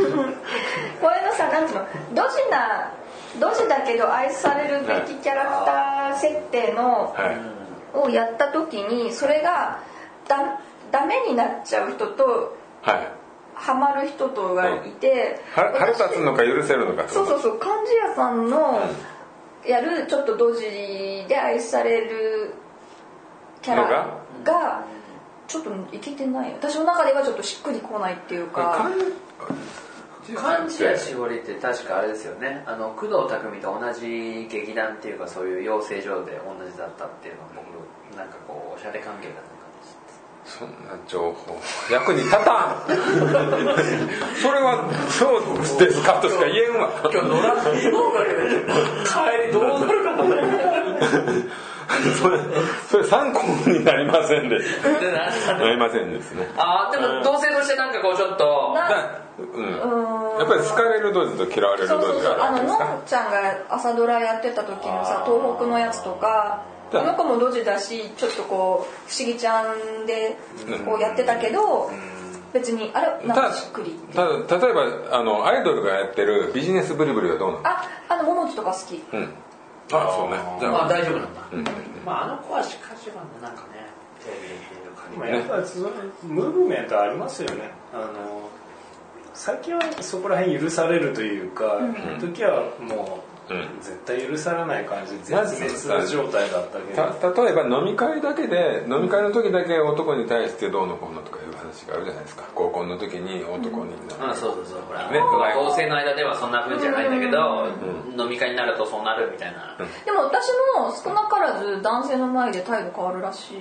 [SPEAKER 2] これのさなんつうのドジなドジだけど愛されるべきキャラクター設定の
[SPEAKER 1] はい
[SPEAKER 2] をやった時にそれがだダメになっちゃう人と
[SPEAKER 1] はい
[SPEAKER 2] ハマる人とがいて、
[SPEAKER 1] は腹立つのか許せるのかって
[SPEAKER 2] そう
[SPEAKER 1] こと
[SPEAKER 2] そうそう貫地谷さんのやるちょっとドジで愛されるキャ
[SPEAKER 1] の
[SPEAKER 2] ラ
[SPEAKER 1] が
[SPEAKER 2] がちょっといけてない私の中ではちょっとしっくりこないっていう
[SPEAKER 1] か
[SPEAKER 2] か
[SPEAKER 3] 漢字や絞りって確かあれですよね。あの、工藤匠と同じ劇団っていうか、そういう養成所で同じだったっていうのは僕、なんかこう、おしゃれ関係だったのか
[SPEAKER 1] そんな
[SPEAKER 3] もし
[SPEAKER 1] 情報役に立たんそれはそうですかとしか言えんわ
[SPEAKER 3] れない。今日乗らない方がいい。帰りどうなるかもね。
[SPEAKER 1] それそれ参考になりませんで
[SPEAKER 3] でな
[SPEAKER 1] なりませんですね
[SPEAKER 3] あーでも同性としてなんかこうちょっと
[SPEAKER 2] な
[SPEAKER 1] うん
[SPEAKER 2] うーん
[SPEAKER 1] やっぱり好かれるドジと嫌われる
[SPEAKER 2] そうそ
[SPEAKER 1] ド
[SPEAKER 2] う
[SPEAKER 1] ジ
[SPEAKER 2] そう
[SPEAKER 1] が
[SPEAKER 2] あ
[SPEAKER 1] ある
[SPEAKER 2] の
[SPEAKER 1] んですか
[SPEAKER 2] のんちゃんが朝ドラやってた時のさ東北のやつとかこの子もドジだしちょっとこう不思議ちゃんでこうやってたけど別にあれなんかしっくりって
[SPEAKER 1] ただ例えばあのアイドルがやってるビジネスブリブリはどうなの
[SPEAKER 2] ああの桃地とか好き
[SPEAKER 1] うんあそうねじ
[SPEAKER 3] まあ
[SPEAKER 1] ゃあ
[SPEAKER 3] 大丈夫なんだ、
[SPEAKER 1] ん
[SPEAKER 3] まああの子はしかしなんだなんかねテレビで見る限り
[SPEAKER 4] まあやっぱりそのムーブメントありますよねあの最近はそこら辺許されるというか、時はもう、
[SPEAKER 1] うん
[SPEAKER 4] 絶対許されない感じで
[SPEAKER 1] まず
[SPEAKER 4] 絶滅状態だったけど
[SPEAKER 1] た例えば飲み会だけで飲み会の時だけ男に対してどうのこうのとかいう話があるじゃないですか合コンの時に男に
[SPEAKER 3] うん、そうそうそうほら、
[SPEAKER 1] ね
[SPEAKER 3] まあ同性の間ではそんな風じゃないんだけど、飲み会になるとそうなるみたいな、
[SPEAKER 2] でも私も少なからず男性の前で態度変わるらしいよ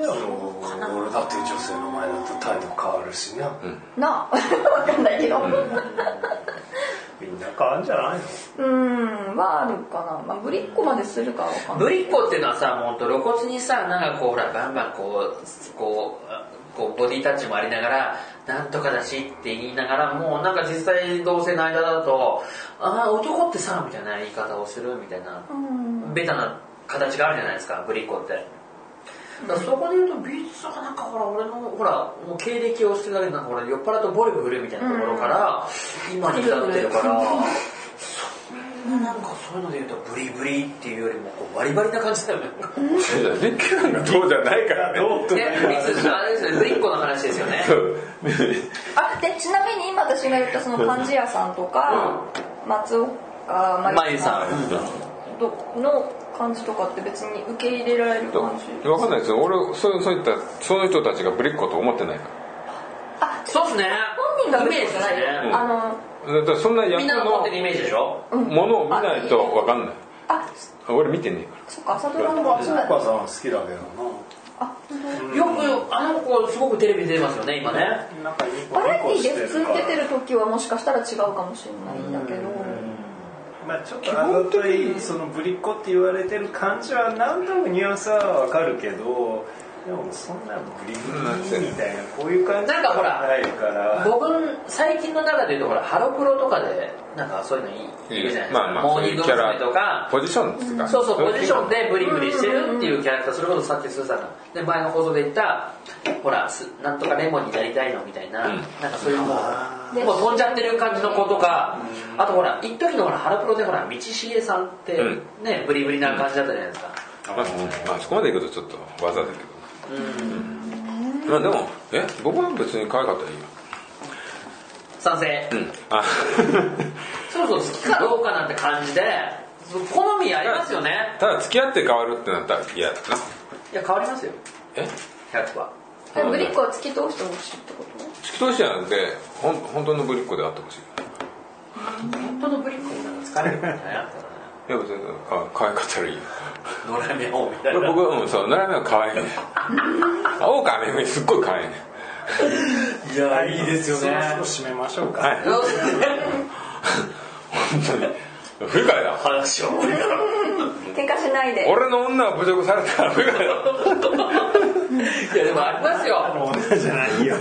[SPEAKER 4] でも俺だって女性の前だと態度変わるしな、
[SPEAKER 2] なあ わかんないけど
[SPEAKER 4] みんな変わるんじゃないの
[SPEAKER 2] うんはあるかな、まあ、ぶりっ子までするかはわかんな
[SPEAKER 3] ぶ
[SPEAKER 2] い
[SPEAKER 3] りっ子っていうのはさもうほんと露骨にさなんかこうほらバンバンこうこうあこうボディタッチもありながらなんとかだしって言いながらもうなんか実際同性の間だとああ男ってさみたいな言い方をするみたいな
[SPEAKER 2] うん
[SPEAKER 3] ベタな形があるじゃないですかぶりっ子ってだからそこで言うとビーツがなんかほら俺のほらもう経歴をしてるだけでなんかほら酔っ払うとボレブ振るみたいなところから今に至ってるから、そんななんかそういうので言うとブリブリっていうよりもこうバリバリな感じだよね
[SPEAKER 1] リッキーがどうじゃないからね
[SPEAKER 4] どうと
[SPEAKER 3] ねいつあれですよねぶりっ子の話ですよね
[SPEAKER 1] そう
[SPEAKER 2] あでちなみに今私が言ったその貫地屋さんとか、松岡
[SPEAKER 3] まゆさん、
[SPEAKER 2] どの感じとかって別に受け入れられる感じ
[SPEAKER 1] 分かんないですよ俺そうそういったその人たちがぶりっ子と思ってないから
[SPEAKER 2] あ
[SPEAKER 3] そうっすね
[SPEAKER 2] 本人が別
[SPEAKER 3] イメー
[SPEAKER 2] に
[SPEAKER 3] ジ
[SPEAKER 2] じ
[SPEAKER 3] で
[SPEAKER 2] ゃ
[SPEAKER 3] す
[SPEAKER 2] ないよ、
[SPEAKER 3] ね
[SPEAKER 2] あの
[SPEAKER 1] だからそんな役
[SPEAKER 3] みんなの持ってるイ
[SPEAKER 1] の
[SPEAKER 3] メージでしょ
[SPEAKER 1] ものを見ないと分かんない
[SPEAKER 2] あ
[SPEAKER 1] 俺見てねえから
[SPEAKER 2] そっか朝ドラの方
[SPEAKER 4] 松
[SPEAKER 2] が
[SPEAKER 4] 岡さんは好きだけど
[SPEAKER 2] あ本当に
[SPEAKER 3] よくあの子すごくテレビ出てますよね今ね
[SPEAKER 4] ななんかニコ
[SPEAKER 2] バラエティ
[SPEAKER 4] ニコ
[SPEAKER 2] ー
[SPEAKER 4] し
[SPEAKER 2] で
[SPEAKER 4] て
[SPEAKER 2] 普通
[SPEAKER 4] る
[SPEAKER 2] に
[SPEAKER 4] か
[SPEAKER 2] 出て
[SPEAKER 4] ら
[SPEAKER 2] る時はもしかしたら違うかもしれないんだけど
[SPEAKER 4] まあちょっとあざといそのぶりっ子って言われてる感じはなんとなくニュアンスはわかるけどでもそんなブリブリみたいなこういう感じ
[SPEAKER 3] なんかほら
[SPEAKER 4] ないから
[SPEAKER 3] 僕最近の中で言うとほらハロプロとかでなんかそういうのいいるじゃないですか、
[SPEAKER 1] まあまあ
[SPEAKER 3] モ
[SPEAKER 1] そ
[SPEAKER 3] ー
[SPEAKER 1] う
[SPEAKER 3] ニ
[SPEAKER 1] い
[SPEAKER 3] ン
[SPEAKER 1] う
[SPEAKER 3] グ
[SPEAKER 1] キャ
[SPEAKER 3] 娘。
[SPEAKER 1] ラ
[SPEAKER 3] とか
[SPEAKER 1] ポジションですか
[SPEAKER 3] そうそうポジションでブリブリしてるっていうキャラクターそれこそさっきスーさんがで前の放送で言ったほらすなんとかレモンになりたいのみたいな、
[SPEAKER 1] うん
[SPEAKER 3] なんかそういうも
[SPEAKER 2] ー
[SPEAKER 3] うもう飛んじゃってる感じの子とか、あとほら一時のほらハロプロでほら道重さんってね、
[SPEAKER 1] うん
[SPEAKER 3] ブリブリな感じだったじゃないですか、
[SPEAKER 1] まあ、まあそこまでいくとちょっと技だけど、まあでもえ僕は別に可愛かったらいいよ
[SPEAKER 3] 賛成、
[SPEAKER 1] うんあ
[SPEAKER 3] そろそろ好きかどうかなんて感じでそ好みありますよね
[SPEAKER 1] ただ付き合って変わるってなったら嫌だない
[SPEAKER 3] や変わりますよ
[SPEAKER 1] え
[SPEAKER 3] 100は
[SPEAKER 2] でもぶりっ子は突き通してほしいってこと
[SPEAKER 1] 突き通しじゃなくてほん本当のぶりっ子であってほしい
[SPEAKER 3] 本当のブリッコもなんか疲れるみたいな
[SPEAKER 1] いや別にあ可愛かったらいいよ
[SPEAKER 3] 野良目をみたい
[SPEAKER 1] 俺
[SPEAKER 3] な
[SPEAKER 1] 僕はうんそう並べは可 愛いね青川めぐみすっごい可愛いね
[SPEAKER 3] いやいいですよね
[SPEAKER 4] そろそろ締めましょうか、
[SPEAKER 1] はい本当に不愉快だ
[SPEAKER 3] 話を俺から
[SPEAKER 2] 喧嘩しないで
[SPEAKER 1] 俺の女を侮辱されたら不愉快だ
[SPEAKER 3] いやでもありますよ
[SPEAKER 4] もう女じゃないよ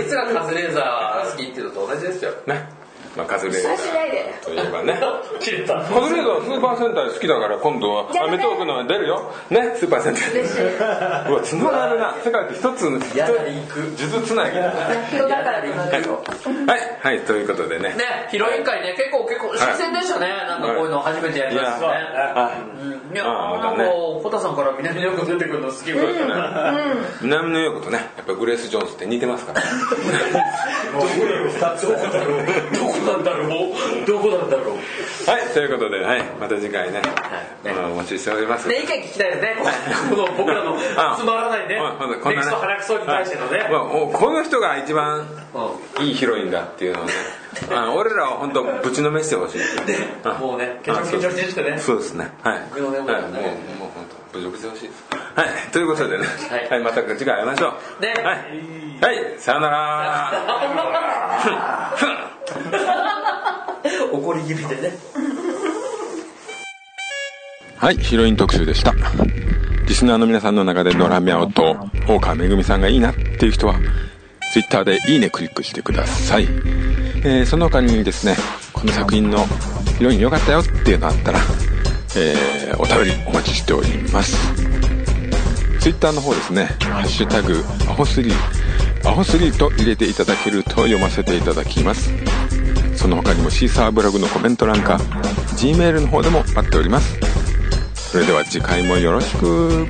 [SPEAKER 3] いつがカズレーザー好きっていうのと同じですよ
[SPEAKER 1] ねまあカズレーザ
[SPEAKER 2] あしないで
[SPEAKER 1] ーといえばね
[SPEAKER 3] 切れた
[SPEAKER 1] カズレーザースーパーセンター好きだから今度は
[SPEAKER 2] じゃあ
[SPEAKER 1] アメトークの出るよねスーパーセンタ
[SPEAKER 2] 嬉しい
[SPEAKER 1] ーうわ繋がるな世界って一つの
[SPEAKER 3] やだ行く
[SPEAKER 1] 数珠つなぎだね
[SPEAKER 2] 野球だからってなるよ
[SPEAKER 1] はいはいということでね
[SPEAKER 3] ねヒロイン会ね結構結構新鮮でしたねなんかこういうの初めてやりました
[SPEAKER 1] い
[SPEAKER 3] ね
[SPEAKER 1] はい
[SPEAKER 3] うんいや
[SPEAKER 1] ああ
[SPEAKER 3] なん
[SPEAKER 1] また
[SPEAKER 3] か
[SPEAKER 1] ね
[SPEAKER 3] コタさんから南の横出てくるの好きみたいな
[SPEAKER 1] 南のヨークとねやっぱグレース・ジョーンズって似てますから
[SPEAKER 3] どこだろうどこなんだろうどこなんだろう
[SPEAKER 1] はい、ということで、はい、また次回ね、うんお待ちしております。
[SPEAKER 3] ね、意見聞きたいですね。この僕らの
[SPEAKER 1] あ
[SPEAKER 3] つまらないね
[SPEAKER 1] うんほんと、こん
[SPEAKER 3] ネ
[SPEAKER 1] なね
[SPEAKER 3] クスト鼻くそに対してのね。
[SPEAKER 1] まあ、おこの人が一番
[SPEAKER 3] う
[SPEAKER 1] いいヒロインだっていうのをね、あ俺らは本当ぶちのめしてほしい。あ
[SPEAKER 3] もうね、緊張
[SPEAKER 1] あそう
[SPEAKER 3] 緊張してね。
[SPEAKER 1] そうですね。はい。はい、
[SPEAKER 3] 僕の
[SPEAKER 1] も
[SPEAKER 3] ね
[SPEAKER 1] う、もう
[SPEAKER 3] 僕らね
[SPEAKER 1] 本当、侮辱してほしいです。はい、ということでね、
[SPEAKER 3] はい
[SPEAKER 1] はい、また次回会いましょう。
[SPEAKER 3] ね
[SPEAKER 1] はい、はい、さよなら。
[SPEAKER 3] 怒り気味でね。
[SPEAKER 6] はいヒロイン特集でしたリスナーの皆さんの中で野良目青と大川めぐみさんがいいなっていう人は Twitter で「いいね」クリックしてください、えーその他にですねこの作品のヒロイン良かったよっていうのあったら、えーお便りお待ちしておりますツイッターの方ですね「ハッシュタグアホスリーアホスリーと入れていただけると読ませていただきますその他にもシーサーブログのコメント欄か G メールの方でも待っておりますそれでは次回もよろしく